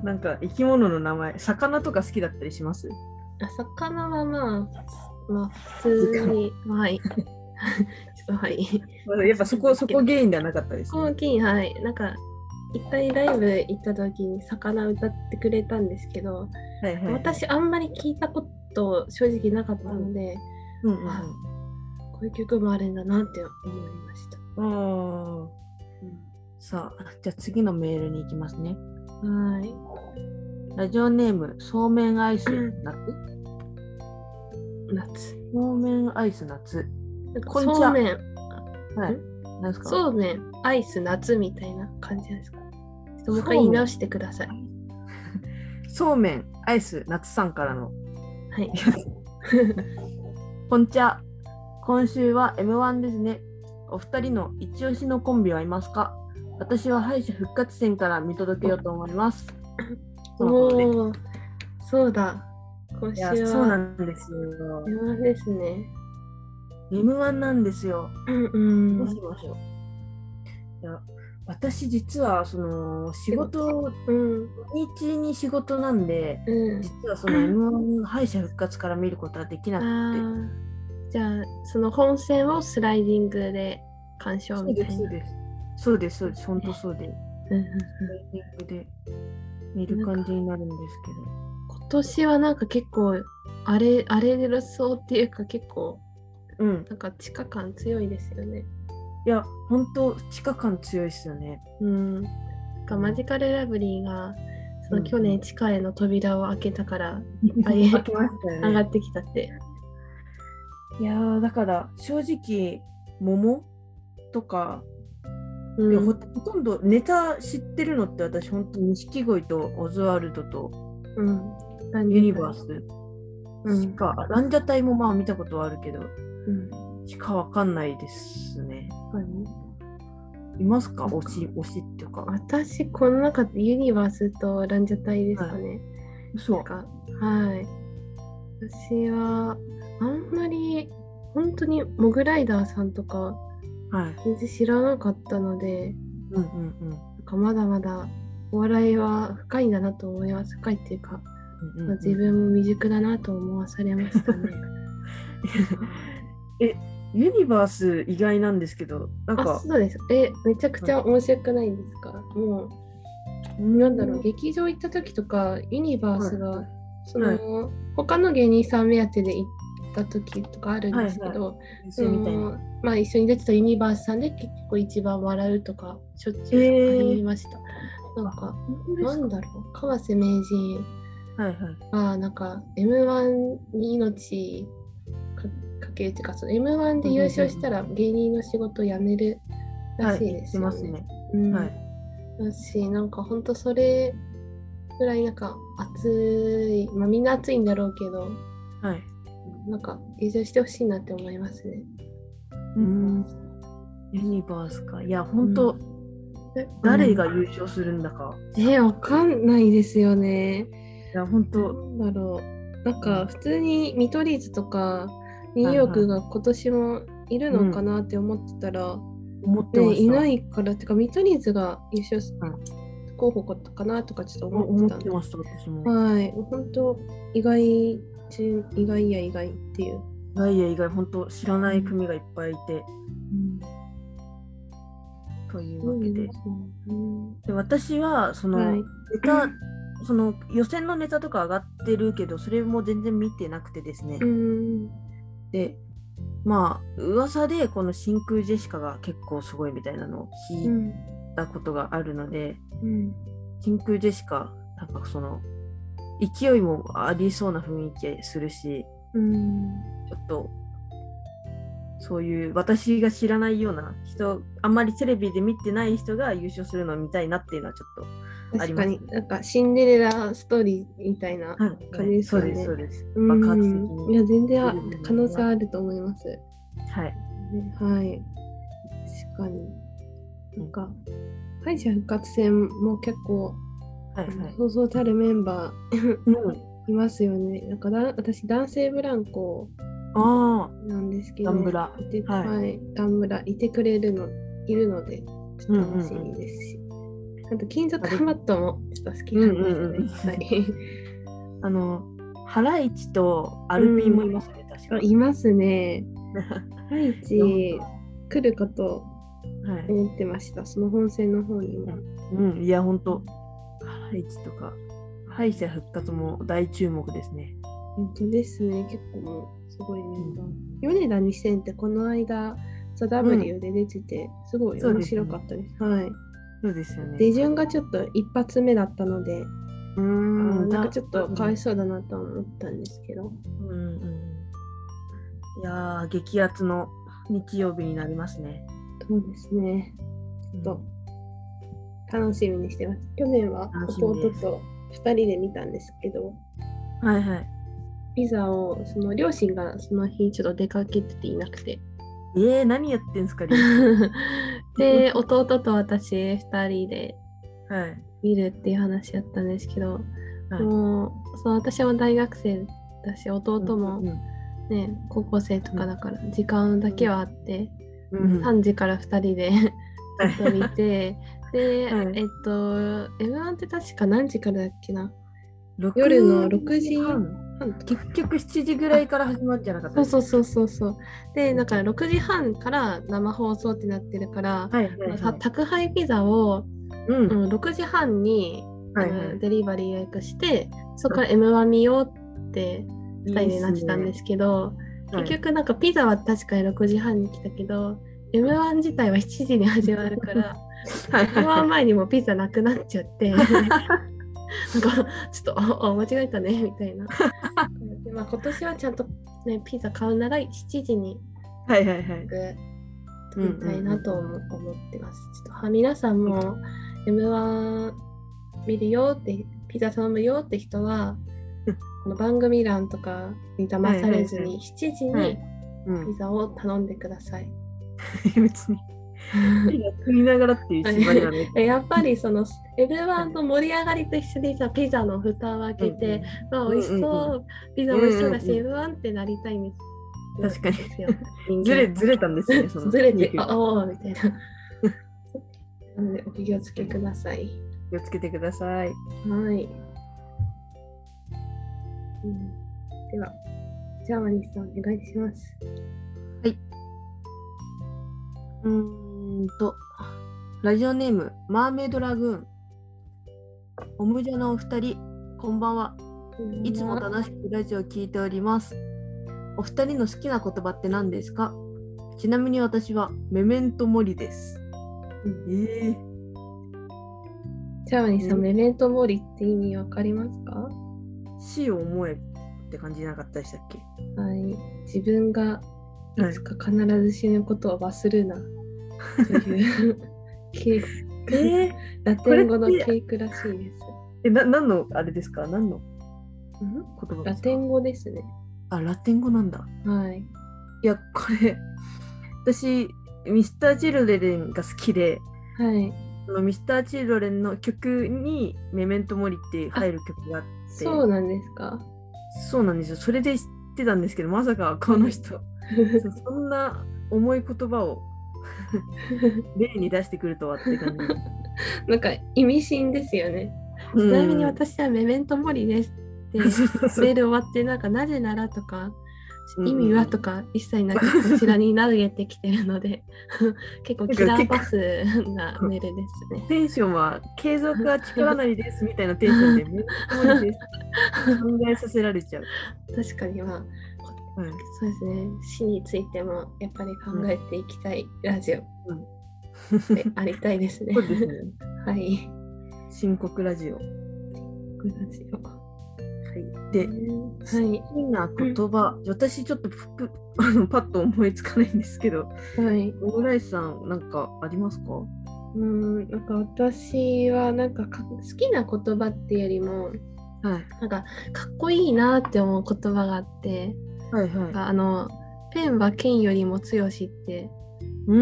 [SPEAKER 2] ーなんか生き物の名前、魚とか好きだったりします
[SPEAKER 1] あ魚はまあ、まあ普通に、 はい。ちょっとはい。
[SPEAKER 2] やっぱそこ、そこ原因ではなかったです、
[SPEAKER 1] こ
[SPEAKER 2] ね
[SPEAKER 1] の。金、はい。なんか、一回ライブ行った時に魚歌ってくれたんですけど、
[SPEAKER 2] はいはいはい、
[SPEAKER 1] 私あんまり聞いたこと正直なかったので、
[SPEAKER 2] うんうんうん、
[SPEAKER 1] あこういう曲もあるんだなって思いました。
[SPEAKER 2] あーさあ、じゃあ次のメールに行きますね。
[SPEAKER 1] はい。
[SPEAKER 2] ラジオネーム、そうめんアイス夏。
[SPEAKER 1] 夏。
[SPEAKER 2] そうめんアイス夏。
[SPEAKER 1] なんか
[SPEAKER 2] こんにちは
[SPEAKER 1] そうめん、
[SPEAKER 2] はい。なんですか
[SPEAKER 1] そうめん、アイス、夏みたいな感じなんですか。ちょっともう一
[SPEAKER 2] そうめ
[SPEAKER 1] 回
[SPEAKER 2] ん
[SPEAKER 1] 言い直してください。
[SPEAKER 2] そうめんアイス夏さんからの
[SPEAKER 1] はい。
[SPEAKER 2] こんちゃ。今週は M1 ですね。お二人の一押しのコンビはいますか私は敗者復活戦から見届けようと思います。とのことで
[SPEAKER 1] おお、そうだ。今
[SPEAKER 2] い
[SPEAKER 1] 週は
[SPEAKER 2] や、そうなんですよ。
[SPEAKER 1] 山ですね。
[SPEAKER 2] M1 なんですよ。
[SPEAKER 1] うん
[SPEAKER 2] ど
[SPEAKER 1] う
[SPEAKER 2] うんしましょう。いや、私実はその仕事、
[SPEAKER 1] うん
[SPEAKER 2] 土日に仕事なんで、
[SPEAKER 1] うん。
[SPEAKER 2] 実はその M1 敗者復活から見ることはできな
[SPEAKER 1] あ
[SPEAKER 2] くて。
[SPEAKER 1] ーじゃあその本戦をスライディングで鑑賞
[SPEAKER 2] そう
[SPEAKER 1] みた
[SPEAKER 2] です、
[SPEAKER 1] い
[SPEAKER 2] そう
[SPEAKER 1] な。
[SPEAKER 2] です。そうです、そうです。本当そうです。
[SPEAKER 1] うんうんうん
[SPEAKER 2] タイミングで見る感じになるんですけど。
[SPEAKER 1] 今年はなんか結構あれあれでそうっていうか結構
[SPEAKER 2] うん。
[SPEAKER 1] なんか地下感強いですよね。
[SPEAKER 2] いや、本当地下感強いですよ ね。
[SPEAKER 1] うん。なんかマジカルラブリーがその去
[SPEAKER 2] うんう
[SPEAKER 1] 年
[SPEAKER 2] ん
[SPEAKER 1] 地下への扉を開けたから
[SPEAKER 2] い
[SPEAKER 1] ぱい
[SPEAKER 2] 開きました
[SPEAKER 1] 上
[SPEAKER 2] よ
[SPEAKER 1] が
[SPEAKER 2] ね。
[SPEAKER 1] ってきたって。
[SPEAKER 2] いやー、だから正直、桃とか、
[SPEAKER 1] うん
[SPEAKER 2] いやほほとんどネタ知ってるのって私、本当に錦鯉とオズワルドと
[SPEAKER 1] うん。
[SPEAKER 2] ユニバー
[SPEAKER 1] ス。
[SPEAKER 2] ス
[SPEAKER 1] うん
[SPEAKER 2] しか、ランジャタイもまあ見たことはあるけど、
[SPEAKER 1] うん。
[SPEAKER 2] しかわかんないですね。
[SPEAKER 1] そうね
[SPEAKER 2] いますか推し、推しっていうか。
[SPEAKER 1] 私、この中でユニバースとランジャタイですかね。
[SPEAKER 2] そ
[SPEAKER 1] なん
[SPEAKER 2] う。
[SPEAKER 1] かはい。私は、あんまり、本当にモグライダーさんとか、
[SPEAKER 2] はい。
[SPEAKER 1] 全然知らなかったので、
[SPEAKER 2] うんうんうん。
[SPEAKER 1] なんかまだまだお笑いは深いんだなと思います。深いっていうか、
[SPEAKER 2] うんうんうん
[SPEAKER 1] 自分も未熟だなと思わされましたね。
[SPEAKER 2] ユニバース意外なんですけど、 なん
[SPEAKER 1] あ、
[SPEAKER 2] か、
[SPEAKER 1] そうです。え、めちゃくちゃ面白くないですか、もう。
[SPEAKER 2] な
[SPEAKER 1] なんだろう、劇場行った時とか、ユニバースが、
[SPEAKER 2] はい
[SPEAKER 1] その、他の芸人さん目当てで行った時とかあるんですけど、
[SPEAKER 2] はい
[SPEAKER 1] その
[SPEAKER 2] みたいな。
[SPEAKER 1] まあ、一緒に出てたユニバースさんで結構一番笑うとか、しょっちゅうありました。なんか、なんだろう、川瀬名人
[SPEAKER 2] はいはい。
[SPEAKER 1] が、なんか、M1 に命かかけるっていうか、その M1 で優勝したら芸人の仕事を辞めるらしいですよ
[SPEAKER 2] はい、ますね。
[SPEAKER 1] うん
[SPEAKER 2] はい
[SPEAKER 1] だしなんかほんとそれぐらいなんか熱いまあみんな熱いんだろうけど
[SPEAKER 2] はい。
[SPEAKER 1] なんか移住してほしいなって思いますね。
[SPEAKER 2] うんユニバースか。いや、本当、
[SPEAKER 1] え
[SPEAKER 2] 誰が優勝するんだか。
[SPEAKER 1] え、わかんないですよね。
[SPEAKER 2] いや、本当、
[SPEAKER 1] なんだろう。なんか普通に見取り図とかニューヨークが今年もいるのかなって思ってたら、
[SPEAKER 2] 思ってま
[SPEAKER 1] ね、
[SPEAKER 2] した。
[SPEAKER 1] いないから、てか見取り図が優勝す候補かなとかちょっと
[SPEAKER 2] お思
[SPEAKER 1] 思ってた
[SPEAKER 2] っ
[SPEAKER 1] ん
[SPEAKER 2] て
[SPEAKER 1] で。
[SPEAKER 2] ました、私も。
[SPEAKER 1] はい、本当意外中意外や意外っていう。
[SPEAKER 2] いやいや、意外、本当、知らない組がいっぱいいて。というわけで。
[SPEAKER 1] うん
[SPEAKER 2] で私は、その、
[SPEAKER 1] はい
[SPEAKER 2] ネタ、その予選のネタとか上がってるけど、それも全然見てなくてですね。
[SPEAKER 1] うん
[SPEAKER 2] で、まあ、噂でこの真空ジェシカが結構すごいみたいなのを
[SPEAKER 1] う
[SPEAKER 2] 聞い
[SPEAKER 1] ん
[SPEAKER 2] たことがあるので、
[SPEAKER 1] うん
[SPEAKER 2] 真空ジェシカ、なんかその、勢いもありそうな雰囲気するし、
[SPEAKER 1] うん
[SPEAKER 2] ちょっと、そういう私が知らないような人、あんまりテレビで見てない人が優勝するのを見たいなっていうのはちょっあり
[SPEAKER 1] 確
[SPEAKER 2] ま
[SPEAKER 1] か
[SPEAKER 2] す
[SPEAKER 1] に、なんかシンデレラストーリーみたいな。
[SPEAKER 2] と、
[SPEAKER 1] 感じです
[SPEAKER 2] そう
[SPEAKER 1] よね
[SPEAKER 2] です、そうです。
[SPEAKER 1] うん
[SPEAKER 2] 爆発的
[SPEAKER 1] い
[SPEAKER 2] に。
[SPEAKER 1] や、全然あ可能性あると思います。ね
[SPEAKER 2] はい。
[SPEAKER 1] はい。確かに。なんか、敗者復活戦も結構、
[SPEAKER 2] はいはい。
[SPEAKER 1] そうそうたるメンバ
[SPEAKER 2] うん、
[SPEAKER 1] ーいますよね。なんかだ、私、男性ブランコ
[SPEAKER 2] あ
[SPEAKER 1] なんですけ
[SPEAKER 2] あ、
[SPEAKER 1] ど、
[SPEAKER 2] ダンブラ。
[SPEAKER 1] いて、
[SPEAKER 2] はい
[SPEAKER 1] はい、ダンブラいてくれるの、いるので、ちょっと楽しみですし。あと、金属バットもちょっと好きなんですよね。
[SPEAKER 2] うんうんうん
[SPEAKER 1] はい。
[SPEAKER 2] あの、ハライチとアルピーもいますよね、確 か
[SPEAKER 1] あいます ね。
[SPEAKER 2] はい
[SPEAKER 1] 来るかと
[SPEAKER 2] はい。
[SPEAKER 1] 思ってました。その本線の方にも。
[SPEAKER 2] うん、いや、ほんと、ハライチとか、敗者復活も大注目ですね。
[SPEAKER 1] 本当ですね。結構もうすごいメンバー。米田2000ってこの間、ザ・ W で出てて、すごい面白かったです。はい。
[SPEAKER 2] そうですよね。
[SPEAKER 1] 手順がちょっと一発目だったので、
[SPEAKER 2] うー
[SPEAKER 1] あの
[SPEAKER 2] ん、
[SPEAKER 1] なんかちょっとかわい
[SPEAKER 2] そ
[SPEAKER 1] そうだなとは思ったんですけど。
[SPEAKER 2] うん。うんいやー、激アツの日曜日になりますね。
[SPEAKER 1] そうですね。ちょっと楽しみにしてます。去年は
[SPEAKER 2] 楽しみ
[SPEAKER 1] 弟
[SPEAKER 2] です
[SPEAKER 1] と2人で見たんですけど、
[SPEAKER 2] はいはい。
[SPEAKER 1] ピザをその両親がその日ちょっと出かけてていなくて。
[SPEAKER 2] えー、何やってんすか、リオ
[SPEAKER 1] で、弟と私2人で
[SPEAKER 2] はい。
[SPEAKER 1] 見るっていう話だったんですけど、
[SPEAKER 2] はい
[SPEAKER 1] もうその私も大学生だし、弟も
[SPEAKER 2] うん
[SPEAKER 1] ね、高校生とかだから時間だけはあって、
[SPEAKER 2] うんうん。
[SPEAKER 1] 3時から2人 で
[SPEAKER 2] はい
[SPEAKER 1] ずっと見て、で、
[SPEAKER 2] はい
[SPEAKER 1] えっと、M1 って確か何時からだっけな
[SPEAKER 2] 六
[SPEAKER 1] 夜の6時
[SPEAKER 2] 半
[SPEAKER 1] 半とか
[SPEAKER 2] 結局7時ぐらいから始まるんじゃなかった
[SPEAKER 1] そうそううそうそうそう。で、だから6時半から生放送ってなってるから、
[SPEAKER 2] はいはい、はい
[SPEAKER 1] さ宅配ピザを、
[SPEAKER 2] うん
[SPEAKER 1] うん、6時半に、
[SPEAKER 2] はい
[SPEAKER 1] あ
[SPEAKER 2] は
[SPEAKER 1] のデリバリー予約してそこから M1 見ようって
[SPEAKER 2] い、
[SPEAKER 1] 2人でなってたんですすけど
[SPEAKER 2] ね、
[SPEAKER 1] 結局なんかピザは確かに6時半に来たけど M1 自体は7時に始まるから
[SPEAKER 2] はいはいは
[SPEAKER 1] M1 前にもうピザなくなっちゃって なんかちょっとあ間違えたねみたいな。でまあ、今年はちゃんと、ね、ピザ買うなら7時に
[SPEAKER 2] いはいはいはい
[SPEAKER 1] 撮りたいなと思思ってます。ちょっとは皆さんも M1 見るよってピザ頼むよって人は
[SPEAKER 2] うん
[SPEAKER 1] この番組欄とかに騙されず
[SPEAKER 2] はいはい
[SPEAKER 1] に7時
[SPEAKER 2] は
[SPEAKER 1] に
[SPEAKER 2] いうん
[SPEAKER 1] ピザを頼んでください。
[SPEAKER 2] 別に食いながらっていう縛りはね
[SPEAKER 1] やっぱりその M1 の盛り上がりと一緒にさピザの蓋を開けて、まあ美味しそう、
[SPEAKER 2] うん
[SPEAKER 1] ピザ美味しそうだし、
[SPEAKER 2] うん
[SPEAKER 1] M1 ってなりたいんです
[SPEAKER 2] 確かに
[SPEAKER 1] ですよ。 人間
[SPEAKER 2] ずれずれたんですねその
[SPEAKER 1] ずれて、
[SPEAKER 2] 肉
[SPEAKER 1] あおーみたいな。なので、お気をつけください。
[SPEAKER 2] 気をつけてください
[SPEAKER 1] はい。うん、では、じゃあ、マニスさん、お願いします。
[SPEAKER 2] うーんとラジオネームマーメイドラグーンおむじゃのお二人こんばんはいいつも楽しくラジオを聞いております。お二人の好きな言葉って何ですかちなみに私はメメントモリです。
[SPEAKER 1] うん
[SPEAKER 2] ええ
[SPEAKER 1] じゃあ、マニスさん、
[SPEAKER 2] うん
[SPEAKER 1] メメントモリって意味わかりますかは
[SPEAKER 2] 死を思えって感じじゃなかったでしたっけ
[SPEAKER 1] い。自分がいつか必ず死ぬことを忘るな。という ケーク、
[SPEAKER 2] え
[SPEAKER 1] ラテン語の
[SPEAKER 2] これ
[SPEAKER 1] ケ
[SPEAKER 2] って
[SPEAKER 1] ークらしいです。
[SPEAKER 2] え、な何のあれですか何の
[SPEAKER 1] うん
[SPEAKER 2] 言葉
[SPEAKER 1] ラ
[SPEAKER 2] ですか
[SPEAKER 1] テン語ですね。
[SPEAKER 2] あラテン語なんだ
[SPEAKER 1] はい。
[SPEAKER 2] いやこれ私ミスター・チルドレンが好きで
[SPEAKER 1] はい。
[SPEAKER 2] そのミスター・チルドレンの曲に「メメント・モリ」って入る曲があって
[SPEAKER 1] そうなんですか。
[SPEAKER 2] そうなんですよそれで知ってたんですけどまさかこの人、そうそんな重い言葉 を例に出してくるとはって感じ。
[SPEAKER 1] なんか意味深ですよね。
[SPEAKER 2] ち
[SPEAKER 1] ちなみに私はメメントモリですっ て メール終わってなんかなぜならとか
[SPEAKER 2] うん
[SPEAKER 1] 意味はとか一切なくこちらに投げてきてるので 結構キラーパスなメールですね。
[SPEAKER 2] テンションは継続は力なりですみたいなテンションでめっちゃ多いです考えさせられちゃう。
[SPEAKER 1] 確かにまあ
[SPEAKER 2] うん
[SPEAKER 1] そうですね死についてもやっぱり考えていきたいラジオでありたいですね。
[SPEAKER 2] そうですね。
[SPEAKER 1] はい。
[SPEAKER 2] 深刻ラジオ。は
[SPEAKER 1] ラジオ
[SPEAKER 2] い、
[SPEAKER 1] は
[SPEAKER 2] で、
[SPEAKER 1] い
[SPEAKER 2] 好きな言葉、私ちょっとぷぷあのパッと思いつかないんですけど、
[SPEAKER 1] はい。
[SPEAKER 2] オムライスさん、なんかありますか
[SPEAKER 1] うんなんか私はなんかか好きな言葉っていうよりも
[SPEAKER 2] はい。
[SPEAKER 1] なんかかっこいいなって思う言葉があって
[SPEAKER 2] はい
[SPEAKER 1] なん
[SPEAKER 2] は
[SPEAKER 1] かあのペンは剣よりも強しって
[SPEAKER 2] い。うー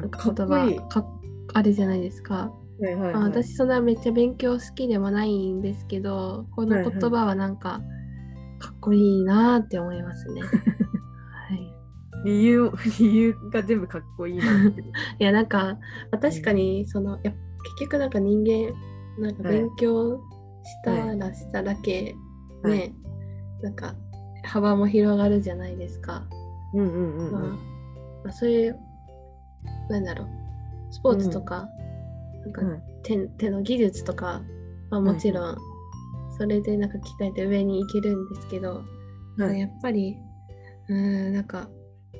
[SPEAKER 1] なん
[SPEAKER 2] ん。
[SPEAKER 1] か言葉
[SPEAKER 2] かっこいい
[SPEAKER 1] かあれじゃないですか、
[SPEAKER 2] はいはい
[SPEAKER 1] まあ
[SPEAKER 2] はい、
[SPEAKER 1] 私そんなめっちゃ勉強好きではないんですけどこの言葉はなんかかっこいいなって思いますね。はい
[SPEAKER 2] 理由 を理由が全部かっこいいなって。
[SPEAKER 1] いやなんかまあ確かにそのやっぱ結局なんか人間なんか
[SPEAKER 2] はい
[SPEAKER 1] 勉強したらしただけね、
[SPEAKER 2] はい
[SPEAKER 1] なんか幅も広がるじゃないですか、
[SPEAKER 2] うんうんうんう
[SPEAKER 1] まあ
[SPEAKER 2] ん。
[SPEAKER 1] まあそういうなんだろうスポーツとか,、な
[SPEAKER 2] う
[SPEAKER 1] んか
[SPEAKER 2] ん
[SPEAKER 1] 手手の技術とか、まあ、
[SPEAKER 2] はい
[SPEAKER 1] もちろんそれでなんか鍛えて上に行けるんですけど、
[SPEAKER 2] はい
[SPEAKER 1] やっぱりうーんなんか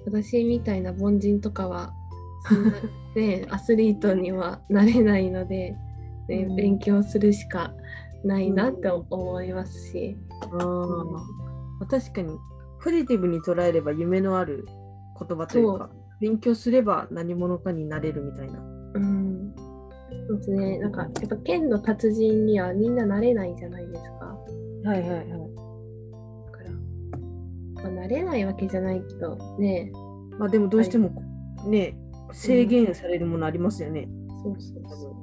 [SPEAKER 1] 私みたいな凡人とかはそ んなねアスリートにはなれないので、ね
[SPEAKER 2] うん
[SPEAKER 1] 勉強するしかないなって思いますし、
[SPEAKER 2] あーまあ確かにポジティブに捉えれば夢のある言葉というか勉強すれば何者かになれるみたいな。
[SPEAKER 1] うん、そうですねなんかやっぱ剣の達人にはみんななれないじゃないですか
[SPEAKER 2] はいはいはい。
[SPEAKER 1] だから、まあ、なれないわけじゃないけどね
[SPEAKER 2] まあでもどうしてもね、制限されるものありますよね。
[SPEAKER 1] そうそうそう、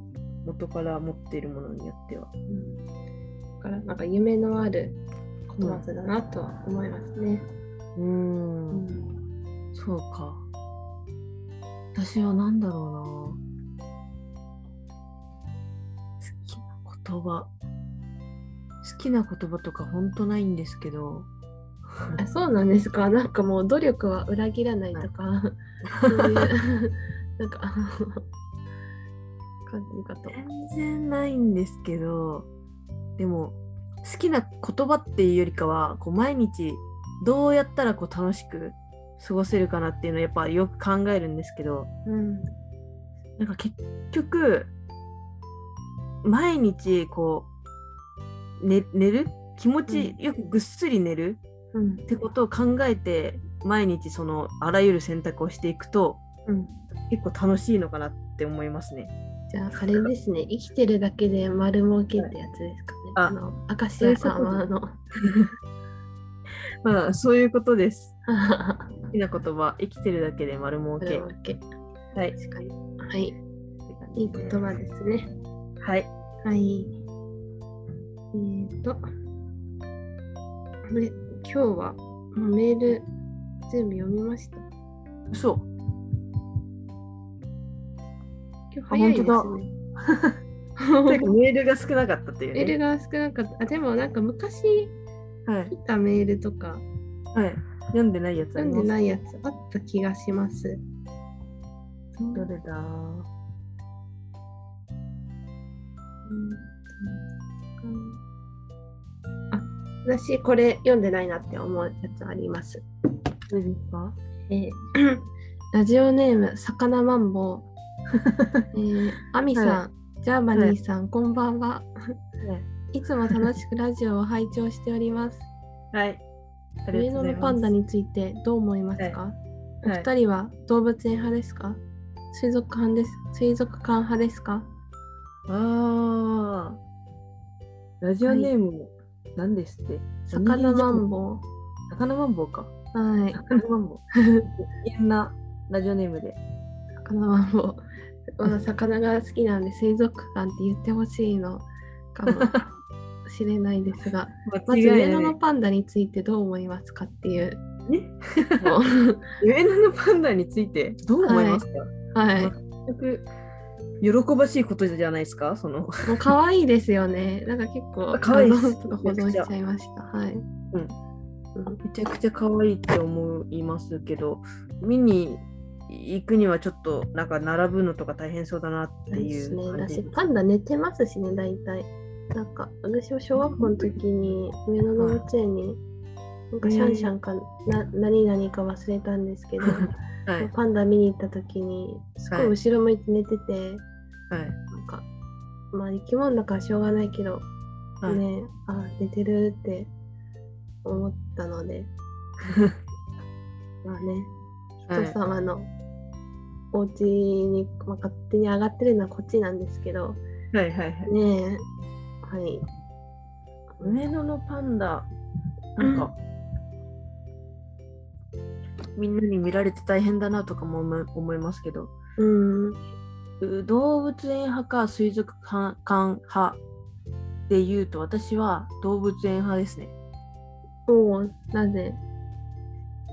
[SPEAKER 2] 元から持っているものによっては。
[SPEAKER 1] うん、だからなんか夢のある言葉だなとは思いますね、
[SPEAKER 2] うー、
[SPEAKER 1] うんん
[SPEAKER 2] そうか。私は何だろうな。好きな言葉。好きな言葉とかほんとないんですけど。
[SPEAKER 1] あそうなんですかなんかもう努力は裏切らないとか、そういうなんかあ の感じかと。
[SPEAKER 2] 全然ないんですけどでも好きな言葉っていうよりかはこう毎日どうやったらこう楽しく過ごせるかなっていうのをやっぱよく考えるんですけど
[SPEAKER 1] うん
[SPEAKER 2] なんか結局毎日こう、ね、寝る気持ちよくぐっすり寝る
[SPEAKER 1] うん
[SPEAKER 2] ってことを考えて毎日そのあらゆる選択をしていくと
[SPEAKER 1] うん、
[SPEAKER 2] 結構楽しいのかなって思いますね。
[SPEAKER 1] じゃああれですね生きてるだけで丸儲けってやつですかね。
[SPEAKER 2] あ
[SPEAKER 1] あの明石家さんはあの
[SPEAKER 2] まあそういうことです。
[SPEAKER 1] 丸
[SPEAKER 2] 好きな言葉、生きてるだけで丸儲け。
[SPEAKER 1] 儲け
[SPEAKER 2] はい。
[SPEAKER 1] 確かに。はいいい言葉ですね。
[SPEAKER 2] はい。
[SPEAKER 1] はい。えー、と。これ今日はもうメール全部読みました。
[SPEAKER 2] 嘘。
[SPEAKER 1] 今日早いですね
[SPEAKER 2] あ。というかメールが少なかったという
[SPEAKER 1] メール
[SPEAKER 2] ね。
[SPEAKER 1] が少なかった。あでもなんか昔
[SPEAKER 2] はい。
[SPEAKER 1] 来たメールとか
[SPEAKER 2] はい。読んでないやつあ
[SPEAKER 1] 読
[SPEAKER 2] り
[SPEAKER 1] んで
[SPEAKER 2] ます。
[SPEAKER 1] ないやつあった気がします。
[SPEAKER 2] どれだ
[SPEAKER 1] あ私これ読んでないなって思うやつあります。
[SPEAKER 2] どれですか
[SPEAKER 1] えー ラジオネーム魚マンボウ。えー、アミさん、
[SPEAKER 2] は
[SPEAKER 1] ジャーマニーさん、こんばんは。
[SPEAKER 2] はい
[SPEAKER 1] いつも楽しくラジオを拝聴しております。
[SPEAKER 2] はい。あり
[SPEAKER 1] 上
[SPEAKER 2] がと
[SPEAKER 1] 野の
[SPEAKER 2] うございます。
[SPEAKER 1] パンダについてどう思いますか、
[SPEAKER 2] は
[SPEAKER 1] お
[SPEAKER 2] い、
[SPEAKER 1] 二人は動物園派ですか水族館です水族館派ですか
[SPEAKER 2] ああ。ラジオネーム、何ですって
[SPEAKER 1] 魚マンボ
[SPEAKER 2] ボ
[SPEAKER 1] ウ
[SPEAKER 2] 魚マンボウか。
[SPEAKER 1] はい。
[SPEAKER 2] 魚マン ボウ。危険なラジオネームで。
[SPEAKER 1] 魚はもう、まあ、魚が好きなんで水族館って言ってほしいのかもしれないです がまず上野のパンダについてどう思いますかっていうのを
[SPEAKER 2] 上野のパンダについてどう思いますか、
[SPEAKER 1] はい
[SPEAKER 2] ま全く喜ばしいことじゃないですかその、
[SPEAKER 1] もう可愛いですよねなんか結構
[SPEAKER 2] 可愛いです
[SPEAKER 1] 画像とか保存しちゃいましたはい、
[SPEAKER 2] うん、めちゃくちゃ可愛いって思いますけど見に行くにはちょっとなんか並ぶのとか大変そうだなってい
[SPEAKER 1] です
[SPEAKER 2] う
[SPEAKER 1] ね
[SPEAKER 2] 感
[SPEAKER 1] だ
[SPEAKER 2] じ
[SPEAKER 1] しパンダ寝てますしね大体なんか私は小学校の時に上野動物園になんかシャンシャンかな何々か忘れたんですけど
[SPEAKER 2] はいはい
[SPEAKER 1] パンダ見に行った時にすごい後ろ向いて寝てて、なんかまあ生き物だからしょうがないけど、
[SPEAKER 2] はい
[SPEAKER 1] ねあ寝てるって思ったのでまあね
[SPEAKER 2] はい
[SPEAKER 1] 人様のお家に、まあ、勝手に上がってるのはこっちなんですけど
[SPEAKER 2] はいはいはい
[SPEAKER 1] ねえはい
[SPEAKER 2] 上野のパンダなんか、みんなに見られて大変だなとかも思い思いますけど
[SPEAKER 1] うん
[SPEAKER 2] う動物園派か水族館派で言うと私は動物園派ですね。
[SPEAKER 1] もうなぜ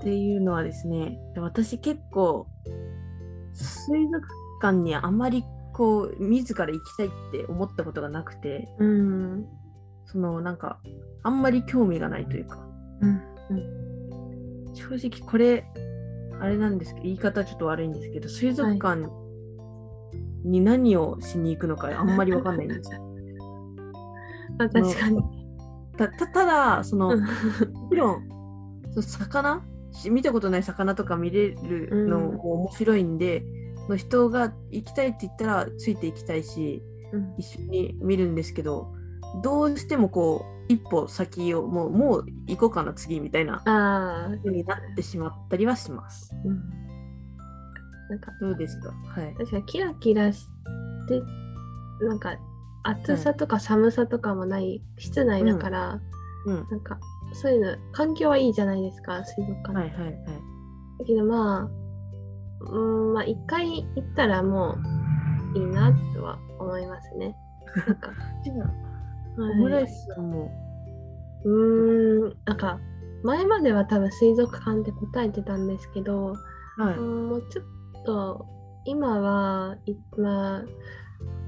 [SPEAKER 2] っていうのはですね私結構水族館にあまりこう自ら行きたいって思ったことがなくて
[SPEAKER 1] うん
[SPEAKER 2] そのなんかあんまり興味がないというか
[SPEAKER 1] うん
[SPEAKER 2] 正直これあれなんですけど言い方ちょっと悪いんですけど水族館に何をしに行くのかあんまりわかんないんですよ。
[SPEAKER 1] まあ 確かに
[SPEAKER 2] たたただそ
[SPEAKER 1] う
[SPEAKER 2] の、
[SPEAKER 1] ん
[SPEAKER 2] もちろんその魚し見たことない魚とか見れるのも面白いんで、の人が行きたいって言ったらついて行きたいし一緒に見るんですけどどうしてもこう一歩先をもうもう行こうかな次みたいな
[SPEAKER 1] ああ
[SPEAKER 2] 風になってしまったりはします。
[SPEAKER 1] なんか
[SPEAKER 2] どうですかはい
[SPEAKER 1] 確かにキラキラしてなんか暑さとか寒さとかもない、室内だから、
[SPEAKER 2] うん
[SPEAKER 1] なんかそういうの環境はいいじゃないですか水族館、
[SPEAKER 2] はいはいはい。
[SPEAKER 1] だけどまあうーんまあ一回行ったらもういいなとは思いますねなんか、
[SPEAKER 2] じゃあ
[SPEAKER 1] はい
[SPEAKER 2] オムライスさんも、
[SPEAKER 1] うーんなんか前までは多分水族館で答えてたんですけど、、
[SPEAKER 2] はいう
[SPEAKER 1] んもうちょっと今は今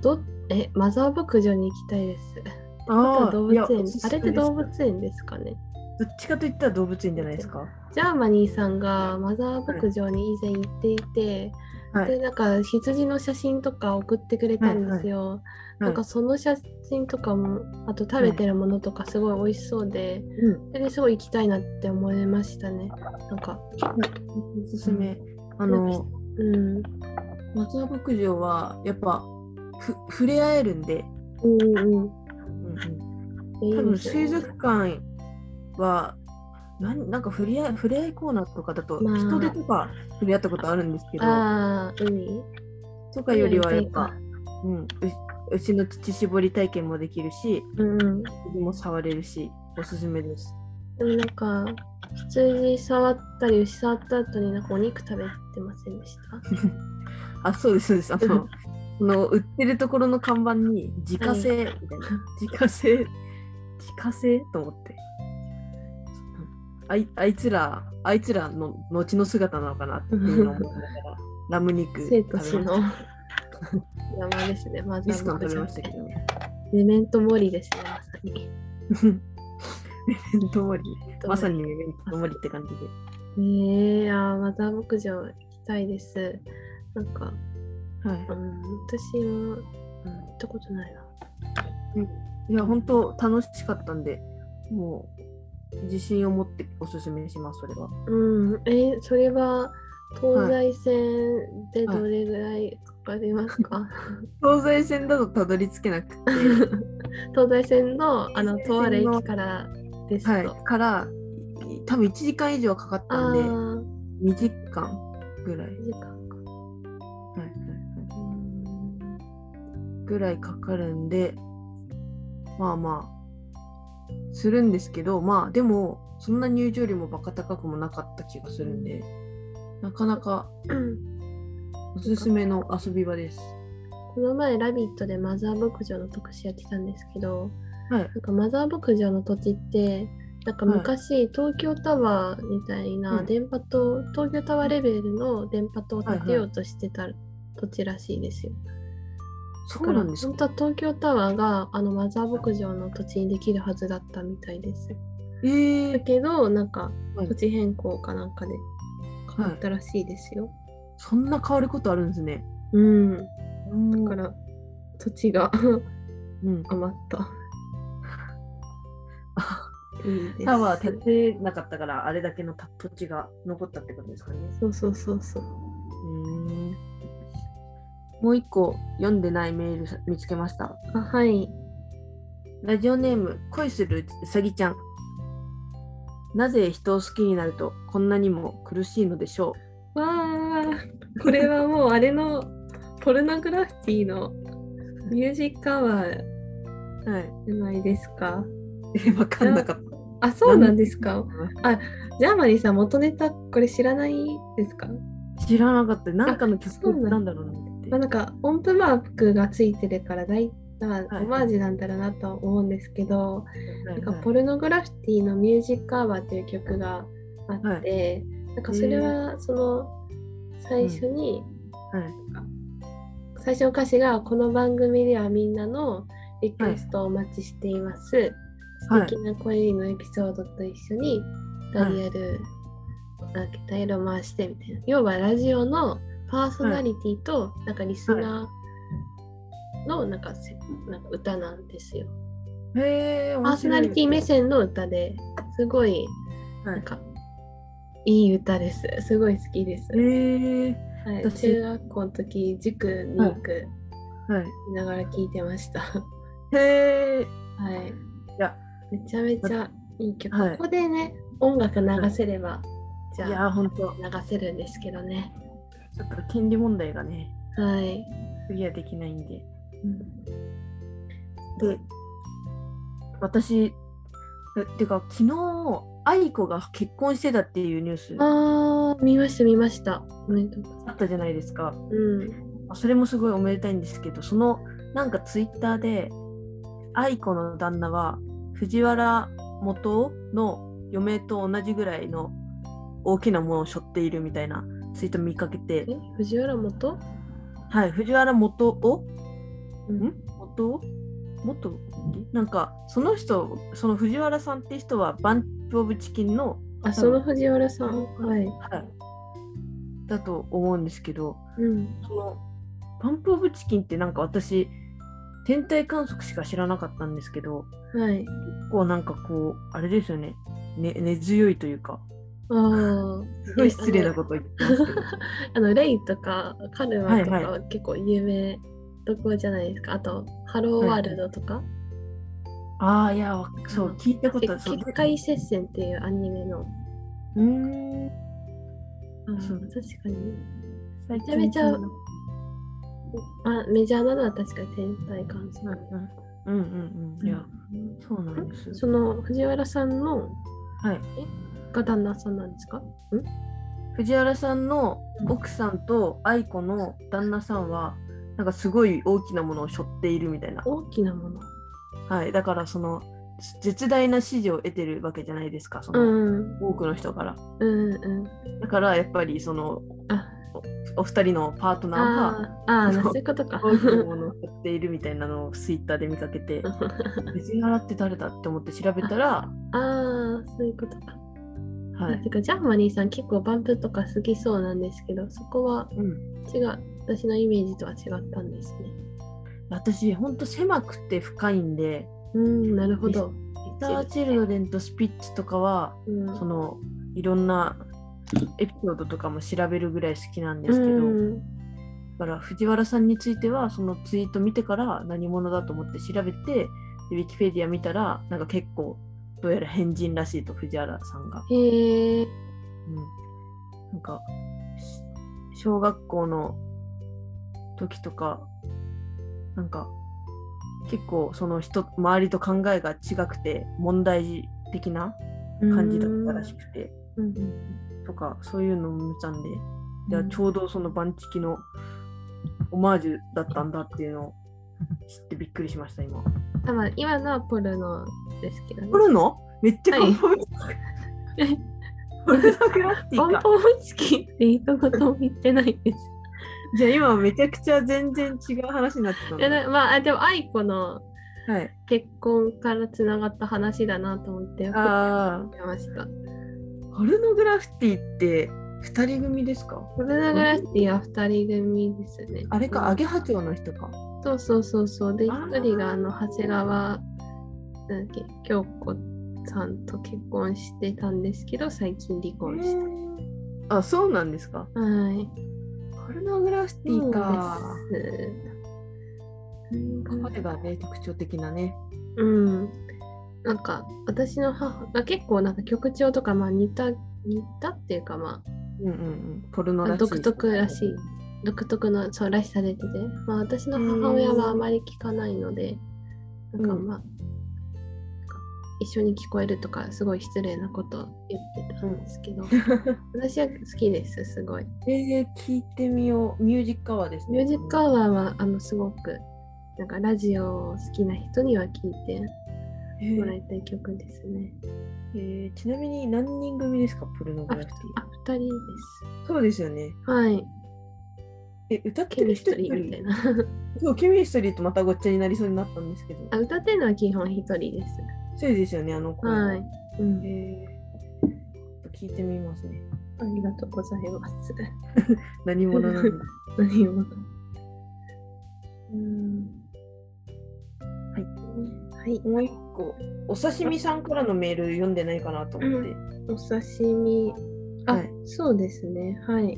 [SPEAKER 1] どえマザー牧場に行きたいです。あとは動物園あれって動
[SPEAKER 2] 物
[SPEAKER 1] 物園ですかね。
[SPEAKER 2] どっちかといったら動物園じゃないですか。
[SPEAKER 1] ジャーマニーさんがマザー牧場に以前行っていて、
[SPEAKER 2] はい
[SPEAKER 1] でなんか羊の写真とか送ってくれたんですよ。なんかその写真とかもあと食べてるものとかすごい美味しそうで、
[SPEAKER 2] うん、
[SPEAKER 1] それですごい行きたいなって思いましたね。なんか
[SPEAKER 2] おすすめ。あ
[SPEAKER 1] なん
[SPEAKER 2] の
[SPEAKER 1] かうん
[SPEAKER 2] 松田牧場はやっぱふ触れ合えるんで、
[SPEAKER 1] うんうんう
[SPEAKER 2] 多
[SPEAKER 1] ん。いい
[SPEAKER 2] 分
[SPEAKER 1] ですよね
[SPEAKER 2] 水族館はなんなんか触れ合い触れ合いコーナーとかだと
[SPEAKER 1] まあ
[SPEAKER 2] 人手とか触れ合ったことあるんですけど、
[SPEAKER 1] ああ海。
[SPEAKER 2] とかよりはやっぱ、うん、う牛の乳搾り体験もできるし
[SPEAKER 1] うん、で
[SPEAKER 2] 羊も触れるしおすすめです。
[SPEAKER 1] もなんか羊触ったり牛触った後になんかお肉食べてませんでした
[SPEAKER 2] あそうですそうですあのその売ってるところの看板に自家製みたいな、 自家製自家製と思ってあいあいつらあいつらの後の姿なのかなっていうのを思いながら ラム肉
[SPEAKER 1] 生徒死の
[SPEAKER 2] 食べまし
[SPEAKER 1] 山ですねま
[SPEAKER 2] た
[SPEAKER 1] ず
[SPEAKER 2] ビ
[SPEAKER 1] は
[SPEAKER 2] スコも食べましたけどね
[SPEAKER 1] メメントモリですねまさに
[SPEAKER 2] メメントモリ まさにメメントモリって感じで
[SPEAKER 1] えー、あーまた牧場行きたいですなんか、
[SPEAKER 2] はい
[SPEAKER 1] うん、私は、うん、行ったことないない
[SPEAKER 2] や本当楽しかったんでもう自信を持っておすすめしますそれは
[SPEAKER 1] うんえーそれは東西線でどれぐらいかかりますか、
[SPEAKER 2] 東西線だとたどり着け なくて
[SPEAKER 1] 東大線のあの
[SPEAKER 2] 東西線
[SPEAKER 1] と
[SPEAKER 2] の
[SPEAKER 1] ある駅からですと、
[SPEAKER 2] はい、からい多分1時間以上はかかっ
[SPEAKER 1] あ
[SPEAKER 2] たん
[SPEAKER 1] あ
[SPEAKER 2] で
[SPEAKER 1] ー
[SPEAKER 2] 2時間ぐらい、
[SPEAKER 1] 時間か
[SPEAKER 2] はいはいは
[SPEAKER 1] うーん
[SPEAKER 2] いぐらいかかるんでまあまするんですけどまあでもそんな入場料もバカ高くもなかった気がするんでなかなかおすすめの遊び場です。
[SPEAKER 1] この前「ラビット!」でマザー牧場の特集やってたんですけど
[SPEAKER 2] はい
[SPEAKER 1] なんかマザー牧場の土地ってなんか昔、東京タワーみたいな
[SPEAKER 2] うん
[SPEAKER 1] 電波塔、東京タワーレベルの電波塔を建てようとしてた土地らしいですよ。
[SPEAKER 2] そ
[SPEAKER 1] だ
[SPEAKER 2] う
[SPEAKER 1] から
[SPEAKER 2] なんです
[SPEAKER 1] 本
[SPEAKER 2] か
[SPEAKER 1] 当は東京タワーがあのマザー牧場の土地にできるはずだったみたいです。
[SPEAKER 2] え
[SPEAKER 1] だ
[SPEAKER 2] ー、
[SPEAKER 1] けどなんか
[SPEAKER 2] はい
[SPEAKER 1] 土地変更かなんかで変わったらしいですよ。
[SPEAKER 2] そんな変わることあるんですね。
[SPEAKER 1] うん。
[SPEAKER 2] うん
[SPEAKER 1] だから土地が
[SPEAKER 2] うん、
[SPEAKER 1] 余 った。いいです。
[SPEAKER 2] タワー建てなかったからあれだけの土地が残ったってことですかね。
[SPEAKER 1] そうそうそうそう。
[SPEAKER 2] もう一個読んでないメール見つけました。
[SPEAKER 1] あはい。
[SPEAKER 2] ラジオネーム恋するうさぎちゃん。なぜ人を好きになるとこんなにも苦しいのでしょ
[SPEAKER 1] わあこれはもうあれのポルノグラフィティのミュージックアワー
[SPEAKER 2] う。はい。
[SPEAKER 1] じゃないですか。
[SPEAKER 2] え、わかんなかった。
[SPEAKER 1] あそうなんですか。
[SPEAKER 2] う
[SPEAKER 1] ジャーマリーさん元ネタこれ知らないですか、
[SPEAKER 2] ん知らなかった。なんかの
[SPEAKER 1] あそう
[SPEAKER 2] 曲
[SPEAKER 1] なんだ
[SPEAKER 2] なんだろうな
[SPEAKER 1] まあ、
[SPEAKER 2] って。
[SPEAKER 1] なんか音符マークがついてるから大まあ
[SPEAKER 2] はい
[SPEAKER 1] オマージュなんだろうなとは思うんですけど、
[SPEAKER 2] は
[SPEAKER 1] な
[SPEAKER 2] い
[SPEAKER 1] ん
[SPEAKER 2] は
[SPEAKER 1] か
[SPEAKER 2] い
[SPEAKER 1] ポルノグラフィティの「ミュージックアワー」っていう曲があって、なんかそれはその最初に、
[SPEAKER 2] はい
[SPEAKER 1] 最初の歌詞が「この番組ではみんなのリクエストをお待ちしています」
[SPEAKER 2] はい
[SPEAKER 1] 素敵な恋のエピソードと一緒にダイヤル、なんかダイヤルを回してみたいな要はラジオのパーソナリティとなんかリスナーのなんかせなんか歌なんですよ。
[SPEAKER 2] へえ、
[SPEAKER 1] パーソナリティ目
[SPEAKER 2] ジ。
[SPEAKER 1] 線の歌ですごい
[SPEAKER 2] は
[SPEAKER 1] なん
[SPEAKER 2] い。
[SPEAKER 1] かいい歌です。すごい好きです。
[SPEAKER 2] へえ。
[SPEAKER 1] はい、
[SPEAKER 2] 私
[SPEAKER 1] 中学校の時塾に行く
[SPEAKER 2] はい。
[SPEAKER 1] 見ながら聞いてました。は
[SPEAKER 2] へえ。
[SPEAKER 1] い。
[SPEAKER 2] や
[SPEAKER 1] めちゃめちゃいい曲。
[SPEAKER 2] はい
[SPEAKER 1] ここでね音楽流せれば、じ
[SPEAKER 2] い
[SPEAKER 1] ゃ
[SPEAKER 2] や、
[SPEAKER 1] あ
[SPEAKER 2] 本当。
[SPEAKER 1] 流せるんですけどね。
[SPEAKER 2] ちょっと権利問題がね、
[SPEAKER 1] はい。
[SPEAKER 2] クリアできないんで。
[SPEAKER 1] うん
[SPEAKER 2] で、私、えてか、昨日、愛子が結婚してたっていうニュース
[SPEAKER 1] あー見ました見ました。おめでとうございます
[SPEAKER 2] あったじゃないですか。
[SPEAKER 1] うん。
[SPEAKER 2] まあそれもすごいおめでたいんですけど、その、なんかツイッターで、愛子の旦那は、藤原元夫の嫁と同じぐらいの大きなものを背負っているみたいなツイート見かけ
[SPEAKER 1] え
[SPEAKER 2] て、
[SPEAKER 1] 藤原元
[SPEAKER 2] はい、藤原元夫
[SPEAKER 1] うん
[SPEAKER 2] ん元元なんかその人その藤原さんって人はバンプ・オブ・チキンの、
[SPEAKER 1] あその藤原さん。はい。
[SPEAKER 2] はい、だと思うんですけど
[SPEAKER 1] うん。
[SPEAKER 2] そのバンプ・オブ・チキンってなんか私天体観測しか知らなかったんですけど
[SPEAKER 1] はい。
[SPEAKER 2] 結構なんかこうあれですよねね根強いというか
[SPEAKER 1] ああ。
[SPEAKER 2] すごい失礼なこと言ってますけど
[SPEAKER 1] あのレイとかカルマとか
[SPEAKER 2] はい
[SPEAKER 1] は結構有名どころじゃないですか、あとハローワールドとか、
[SPEAKER 2] ああいやわそう聞いたこと
[SPEAKER 1] 結
[SPEAKER 2] そう
[SPEAKER 1] 結界接戦っていうアニメの、
[SPEAKER 2] うーん
[SPEAKER 1] うん
[SPEAKER 2] そう
[SPEAKER 1] 確かに
[SPEAKER 2] め
[SPEAKER 1] ちゃめちゃあメジャーなのは確かに天体観測、
[SPEAKER 2] うんうんうんいや
[SPEAKER 1] うん
[SPEAKER 2] そうなんです
[SPEAKER 1] その藤原さんの
[SPEAKER 2] はい
[SPEAKER 1] が旦那さんなんですか
[SPEAKER 2] 藤原さんの
[SPEAKER 1] うん
[SPEAKER 2] 奥さんと愛子の旦那さんはなんかすごい大きなものを背負っているみたいな、
[SPEAKER 1] 大きなもの
[SPEAKER 2] はい、だからその絶大な支持を得てるわけじゃないですかそうの、
[SPEAKER 1] ん
[SPEAKER 2] 多くの人から
[SPEAKER 1] うんうん
[SPEAKER 2] だからやっぱりその
[SPEAKER 1] あ
[SPEAKER 2] お二人のパートナ
[SPEAKER 1] あー あーそういうことか
[SPEAKER 2] ーが大きなものを背負っているみたいなのをツイッターで見か けて藤原って誰だって思って調べたら、
[SPEAKER 1] ああそういうことか
[SPEAKER 2] は
[SPEAKER 1] あ
[SPEAKER 2] い
[SPEAKER 1] てかジャーマニーさん結構バンプとか好きそうなんですけどそこは
[SPEAKER 2] うん、
[SPEAKER 1] 違う私のイメージとは違ったんですね。
[SPEAKER 2] 私ほんと狭くて深いんで
[SPEAKER 1] うんなるほど。
[SPEAKER 2] 「ザ・チルドレン」と「スピッツ」とかは
[SPEAKER 1] うん
[SPEAKER 2] そのいろんなエピソードとかも調べるぐらい好きなんで
[SPEAKER 1] う
[SPEAKER 2] すけど、
[SPEAKER 1] ん
[SPEAKER 2] だから藤原さんについてはそのツイート見てから何者だと思って調べてでウィキペディア見たらなんか結構どうやら変人らしいと藤原さんが、
[SPEAKER 1] へえ。
[SPEAKER 2] うん、なんかし小学校の時とかなんか結構その人周りと考えが違くて問題的な感じだったらしくて
[SPEAKER 1] うんうん
[SPEAKER 2] とかそういうのも見たんで
[SPEAKER 1] うん
[SPEAKER 2] いやちょうどそのバンチキのオマージュだったんだっていうのを知ってびっくりしました今。
[SPEAKER 1] 多分今のはポルノですけどね
[SPEAKER 2] 撮るのめっちゃ
[SPEAKER 1] はい
[SPEAKER 2] 完璧。これだけラッキ
[SPEAKER 1] ア
[SPEAKER 2] ー
[SPEAKER 1] ン
[SPEAKER 2] か
[SPEAKER 1] ポン式って一言も言ってないです。
[SPEAKER 2] じゃあ今めちゃくちゃ全然違う話になってたの
[SPEAKER 1] いやなまああでも愛子の
[SPEAKER 2] はい。
[SPEAKER 1] 結婚からつながった話だなと思って
[SPEAKER 2] ああ。
[SPEAKER 1] 見ました。
[SPEAKER 2] ポルノグラフィティって二人組ですか
[SPEAKER 1] ポルノグラフィティは2人組ですね。
[SPEAKER 2] あれか、ア
[SPEAKER 1] うん
[SPEAKER 2] ゲハチョウの人か。
[SPEAKER 1] そうそうそうそう。で、
[SPEAKER 2] あー
[SPEAKER 1] 1人があの長谷川なんだっけ京子さんと結婚してたんですけど、最近離婚し
[SPEAKER 2] あ、そうなんですか。
[SPEAKER 1] た。はい。
[SPEAKER 2] ポルノグラフィティか。
[SPEAKER 1] そうです。うん
[SPEAKER 2] 彼がね、特徴的なね。
[SPEAKER 1] うん。なんか私の母が結構なんか曲調とかまあ似た似たっていうかまあ
[SPEAKER 2] うんうんうん。ポルノらしい。
[SPEAKER 1] 独特らしい。独特のそうらしさ出てて、まあ、私の母親はあまり聞かないので、
[SPEAKER 2] ん
[SPEAKER 1] なんかまあ、一緒に聞こえるとかすごい失礼なこと言ってたんですけ ど、私は好きですすごい。
[SPEAKER 2] えー、聞いてみよう。ミュージックアワーです
[SPEAKER 1] ミュ
[SPEAKER 2] ね。
[SPEAKER 1] ージックアワーはあのすごくなんかラジオを好きな人には聞いて
[SPEAKER 2] え
[SPEAKER 1] もら
[SPEAKER 2] ー
[SPEAKER 1] いたい曲ですね。
[SPEAKER 2] えーちなみに何人組ですか、ポルノグラフィテ
[SPEAKER 1] あ二人です。
[SPEAKER 2] ィ。そうですよね。
[SPEAKER 1] はい。
[SPEAKER 2] え、歌って
[SPEAKER 1] ケ
[SPEAKER 2] る
[SPEAKER 1] ミス
[SPEAKER 2] 人
[SPEAKER 1] トリ
[SPEAKER 2] 一
[SPEAKER 1] ーみたい
[SPEAKER 2] 人
[SPEAKER 1] な。
[SPEAKER 2] そう、ケミストリーとまたごっちゃになりそうになったんですけど。
[SPEAKER 1] あ歌ってるのは基本一人です。
[SPEAKER 2] そうですよね、あの子。
[SPEAKER 1] はい。うん
[SPEAKER 2] えー、聞いてみますね。
[SPEAKER 1] ありがとうございます。
[SPEAKER 2] 何者 なんだ。
[SPEAKER 1] 何も。うん。
[SPEAKER 2] はい。
[SPEAKER 1] はい。
[SPEAKER 2] もう一個、お刺身さんからのメール読んでないかなと思って。
[SPEAKER 1] お刺身。あ、
[SPEAKER 2] はい
[SPEAKER 1] そうですね。はい。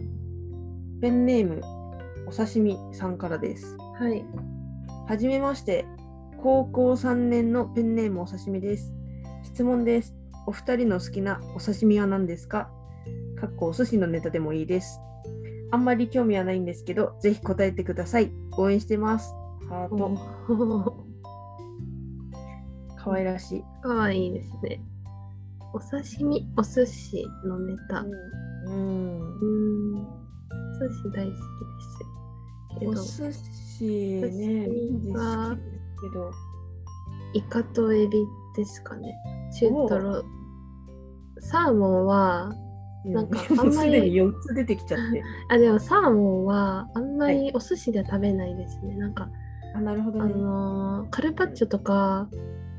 [SPEAKER 2] ペンネーム、お刺身さんからです。
[SPEAKER 1] はい。
[SPEAKER 2] はじめまして、高校3年のペンネームお刺身です。質問です。お二人の好きなお刺身は何ですかかっこお寿司のネタでもいいです。あんまり興味はないんですけど、ぜひ答えてください。応援してます。ハート、 可愛らしい。
[SPEAKER 1] かわいいですね。お刺身、お寿司のネタ。う
[SPEAKER 2] うん
[SPEAKER 1] ーん。お寿司大好き
[SPEAKER 2] お
[SPEAKER 1] です。けど。お
[SPEAKER 2] 寿司ね、
[SPEAKER 1] 寿司
[SPEAKER 2] いいです
[SPEAKER 1] は
[SPEAKER 2] けど、
[SPEAKER 1] イカとエビですかね。中トロ。サーモンは、なんか
[SPEAKER 2] う
[SPEAKER 1] あんまり
[SPEAKER 2] もうすでに4つ出てきちゃって。
[SPEAKER 1] あ、でもサーモンはあんまりお寿司では食べないですね。なんか、
[SPEAKER 2] あ、なるほ
[SPEAKER 1] あ
[SPEAKER 2] どね。
[SPEAKER 1] のーカルパッチョとか、
[SPEAKER 2] は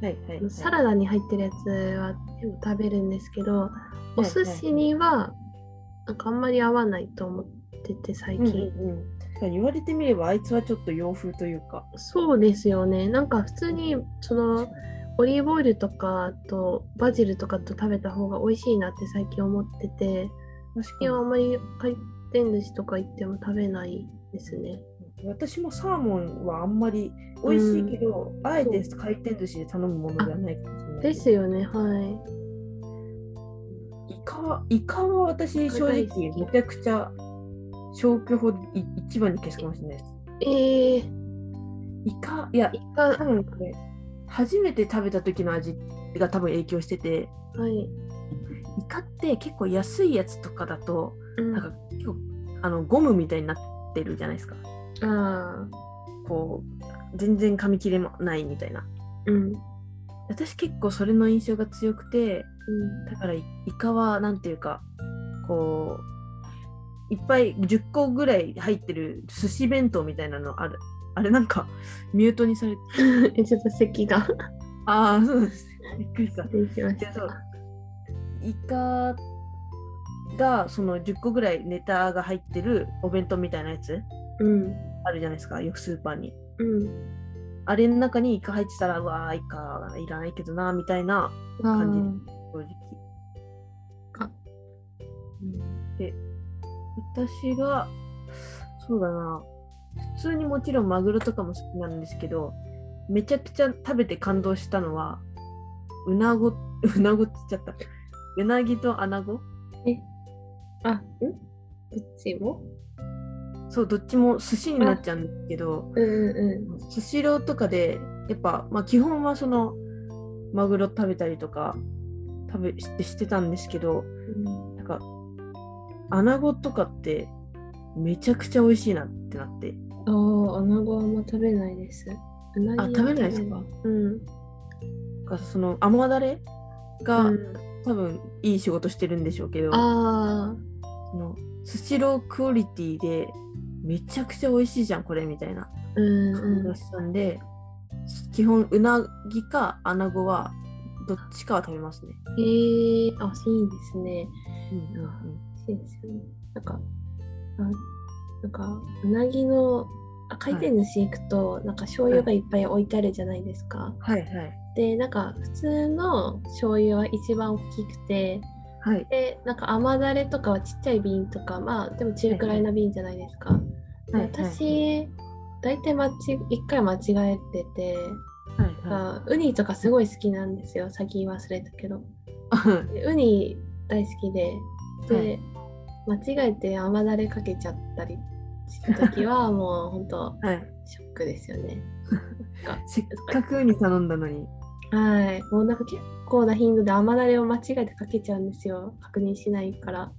[SPEAKER 2] いはいはい、
[SPEAKER 1] サラダに入ってるやつはでも食べるんですけど、お寿司にはなんかあんまり合わないと思ってて最
[SPEAKER 2] うんうん
[SPEAKER 1] 近、
[SPEAKER 2] うん確かに言われてみれば、あいつはちょっと洋風というか。
[SPEAKER 1] そうですよねなんか普通にそのオリーブオイルとかとバジルとかと食べた方が美味しいなって最近思ってて
[SPEAKER 2] 確
[SPEAKER 1] い
[SPEAKER 2] か
[SPEAKER 1] やあ
[SPEAKER 2] に
[SPEAKER 1] んまり回転寿司とか行っても食べないですね
[SPEAKER 2] 私もサーモンはあんまり美味しいけど、あえて回転寿司で頼むものではないかもしれない。
[SPEAKER 1] ですよねはい
[SPEAKER 2] イカは、イカは私、正直
[SPEAKER 1] イカ大好き
[SPEAKER 2] めちゃくちゃ消去法い一番に消すかもしれないです。
[SPEAKER 1] えー、
[SPEAKER 2] イカ、いや
[SPEAKER 1] イ、カ
[SPEAKER 2] 多分これ初めて食べた時の味が多分影響してて
[SPEAKER 1] はい、
[SPEAKER 2] イカって結構安いやつとかだと
[SPEAKER 1] うん、
[SPEAKER 2] なん
[SPEAKER 1] あ
[SPEAKER 2] か結構あのゴムみたいになってるじゃないですか
[SPEAKER 1] あ
[SPEAKER 2] こう全然噛み切れないみたいな
[SPEAKER 1] ーうん
[SPEAKER 2] 私結構それの印象が強くて
[SPEAKER 1] うん
[SPEAKER 2] だからイイカはなんていうかこういっぱい10個ぐらい入ってる寿司弁当みたいなのあるあれなんかミュートにされて
[SPEAKER 1] えちょっと席が
[SPEAKER 2] ああそうですびっくりした
[SPEAKER 1] 出てきました
[SPEAKER 2] いやそうイカがその10個ぐらいネタが入ってるお弁当みたいなやつ
[SPEAKER 1] うん
[SPEAKER 2] あるじゃないですかよくスーパーに
[SPEAKER 1] うん
[SPEAKER 2] あれの中にイカ入ってたらうわーイカいらないけどなみたいな感
[SPEAKER 1] あ
[SPEAKER 2] 正直
[SPEAKER 1] ー
[SPEAKER 2] 私がそうだな普通にもちろんマグロとかも好きなんですけどめちゃくちゃ食べて感動したのはうなご うなごって言っちゃったうなぎとアナゴ
[SPEAKER 1] あ、んどっちも
[SPEAKER 2] そうどっちも寿司になっちゃうんですけど
[SPEAKER 1] うんう
[SPEAKER 2] スシローとかでやっぱ、まあ、基本はそのマグロ食べたりとか食べしてしてたんですけど
[SPEAKER 1] うん
[SPEAKER 2] なんかアナゴとかってめちゃくちゃ美味しいなってなって
[SPEAKER 1] ああ、アナゴはあんま食べないです。うなぎは
[SPEAKER 2] あ食べないですか
[SPEAKER 1] うん。
[SPEAKER 2] なんかその甘だれが、
[SPEAKER 1] うん
[SPEAKER 2] 多分いい仕事してるんでしょうけど
[SPEAKER 1] ああ、
[SPEAKER 2] そのスシロークオリティでめちゃくちゃ美味しいじゃんこれみたいな
[SPEAKER 1] うん
[SPEAKER 2] 感じ
[SPEAKER 1] う
[SPEAKER 2] が
[SPEAKER 1] ん。
[SPEAKER 2] したんで、基本うなぎかアナゴはどっちかは食べますね。
[SPEAKER 1] へえ、あ、いいですね。
[SPEAKER 2] うん
[SPEAKER 1] うん美味しいですよね。なんか、あなんかうなぎのあ回転寿司行くと、なんか醤油がいっぱい置いてあるじゃないですか。
[SPEAKER 2] はいはい
[SPEAKER 1] で、なんか普通の醤油は一番大きくて、
[SPEAKER 2] はい
[SPEAKER 1] で、なんか甘だれとかはちっちゃい瓶とか、まあでも中くらいの瓶じゃないですか。で
[SPEAKER 2] はいはい
[SPEAKER 1] 私、大体間違一回間違えてて、
[SPEAKER 2] はいは
[SPEAKER 1] あウニとかすごい好きなんですよ。先忘れたけど。
[SPEAKER 2] い。
[SPEAKER 1] でウニ大好きでで、間違えて甘だれかけちゃったりした時 はもう本当
[SPEAKER 2] はい、
[SPEAKER 1] ショックですよね
[SPEAKER 2] せっかくに頼んだのに。
[SPEAKER 1] はいもうなんか結構な頻度で甘だれを間違えてかけちゃうんですよ確認しないから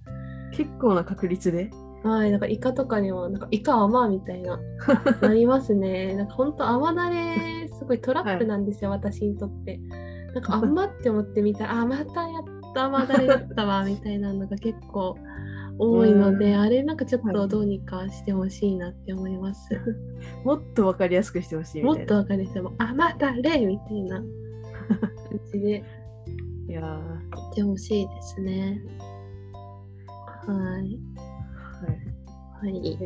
[SPEAKER 2] 結構な確率で。
[SPEAKER 1] はいなんかイカとかにもなんかイカ甘みたい ななりますねなんか本当甘だ れすごいトラップなんですよ、私にとってなんか甘って思ってみたらあまたやった甘だれだった わみたいなのが結構多いのであれなんかちょっ
[SPEAKER 2] は
[SPEAKER 1] と
[SPEAKER 2] い
[SPEAKER 1] どうにかしてほしいなって思います、
[SPEAKER 2] もっとわかりやすくしてほしいみ
[SPEAKER 1] も
[SPEAKER 2] た
[SPEAKER 1] っ
[SPEAKER 2] い
[SPEAKER 1] と
[SPEAKER 2] な。
[SPEAKER 1] わかりやすいもう甘だれみた いな感じで
[SPEAKER 2] いやー
[SPEAKER 1] 言ってほしいですねはい
[SPEAKER 2] はい
[SPEAKER 1] はい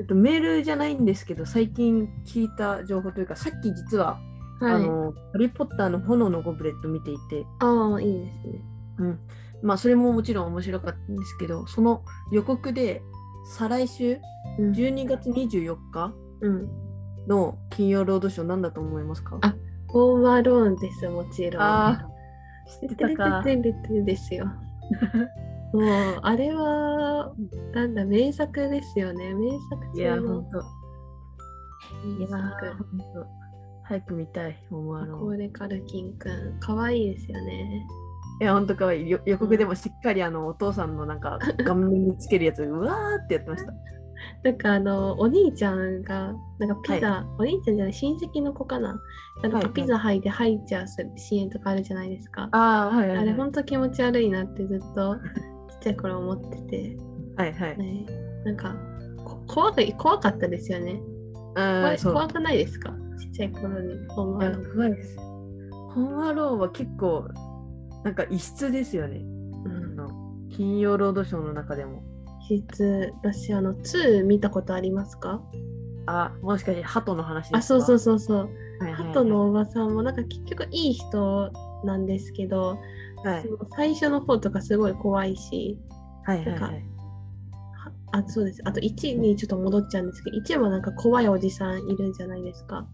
[SPEAKER 2] えっと、メールじゃないんですけど最近聞いた情報というかさっき実は「あ
[SPEAKER 1] はい
[SPEAKER 2] のハリー・ポッターの炎のゴブレット」見ていて、
[SPEAKER 1] ああいいですね
[SPEAKER 2] うん、まあそれももちろん面白かったんですけどその予告で再来週
[SPEAKER 1] うん
[SPEAKER 2] 12月24日
[SPEAKER 1] うん
[SPEAKER 2] の「金曜ロードショー」なんだと思いますか
[SPEAKER 1] あホームアローンですもちろん。
[SPEAKER 2] あー知って
[SPEAKER 1] て
[SPEAKER 2] た
[SPEAKER 1] れ
[SPEAKER 2] か
[SPEAKER 1] てれてれてれですよ。もうあれはなんだ名作ですよね。名作
[SPEAKER 2] いや
[SPEAKER 1] 中
[SPEAKER 2] ほ
[SPEAKER 1] の
[SPEAKER 2] んとい
[SPEAKER 1] 名
[SPEAKER 2] や
[SPEAKER 1] 作。
[SPEAKER 2] ほんと早く見たい思わ
[SPEAKER 1] コ
[SPEAKER 2] ろう
[SPEAKER 1] ーレカルキンくん可愛いですよね。
[SPEAKER 2] いやほんとかわいいよ予告でもしっかりあのお父さんのなんか顔面につけるやつうわーってやってました
[SPEAKER 1] なんかあのお兄ちゃんがなんかピザ、
[SPEAKER 2] は
[SPEAKER 1] お兄ちゃんじゃない親戚の子かな。なん
[SPEAKER 2] はい
[SPEAKER 1] か
[SPEAKER 2] はい
[SPEAKER 1] ピザ履いてハイチャーする支援とかあるじゃないですか。
[SPEAKER 2] あーはい
[SPEAKER 1] あ
[SPEAKER 2] はい
[SPEAKER 1] れ
[SPEAKER 2] は
[SPEAKER 1] 本当気持ち悪いなってずっとちっちゃい頃思ってて。
[SPEAKER 2] いはいはい
[SPEAKER 1] ね、なんかこ怖い怖かったですよね。怖
[SPEAKER 2] う
[SPEAKER 1] い
[SPEAKER 2] んそう
[SPEAKER 1] 怖くないですかちっちゃい頃にホーム
[SPEAKER 2] い
[SPEAKER 1] ア
[SPEAKER 2] や
[SPEAKER 1] ローン
[SPEAKER 2] 怖いです。ホームアローンは結構、なんか異質ですよね。あの金曜ロードショーの中でも。
[SPEAKER 1] 実私あの2見たことありますか
[SPEAKER 2] あ、もしかして、ハトの話ですか
[SPEAKER 1] あそうそう
[SPEAKER 2] そ
[SPEAKER 1] そうそう
[SPEAKER 2] う。はいはいはい
[SPEAKER 1] 鳩のおばさんもなんか結局いい人なんですけど、
[SPEAKER 2] はい
[SPEAKER 1] そ。の最初の方とかすごい怖いし
[SPEAKER 2] はいはい
[SPEAKER 1] な
[SPEAKER 2] は
[SPEAKER 1] ん
[SPEAKER 2] い。
[SPEAKER 1] はあそうですあと1にちょっと戻っちゃうんですけど1もなんか怖いおじさんいるじゃないですか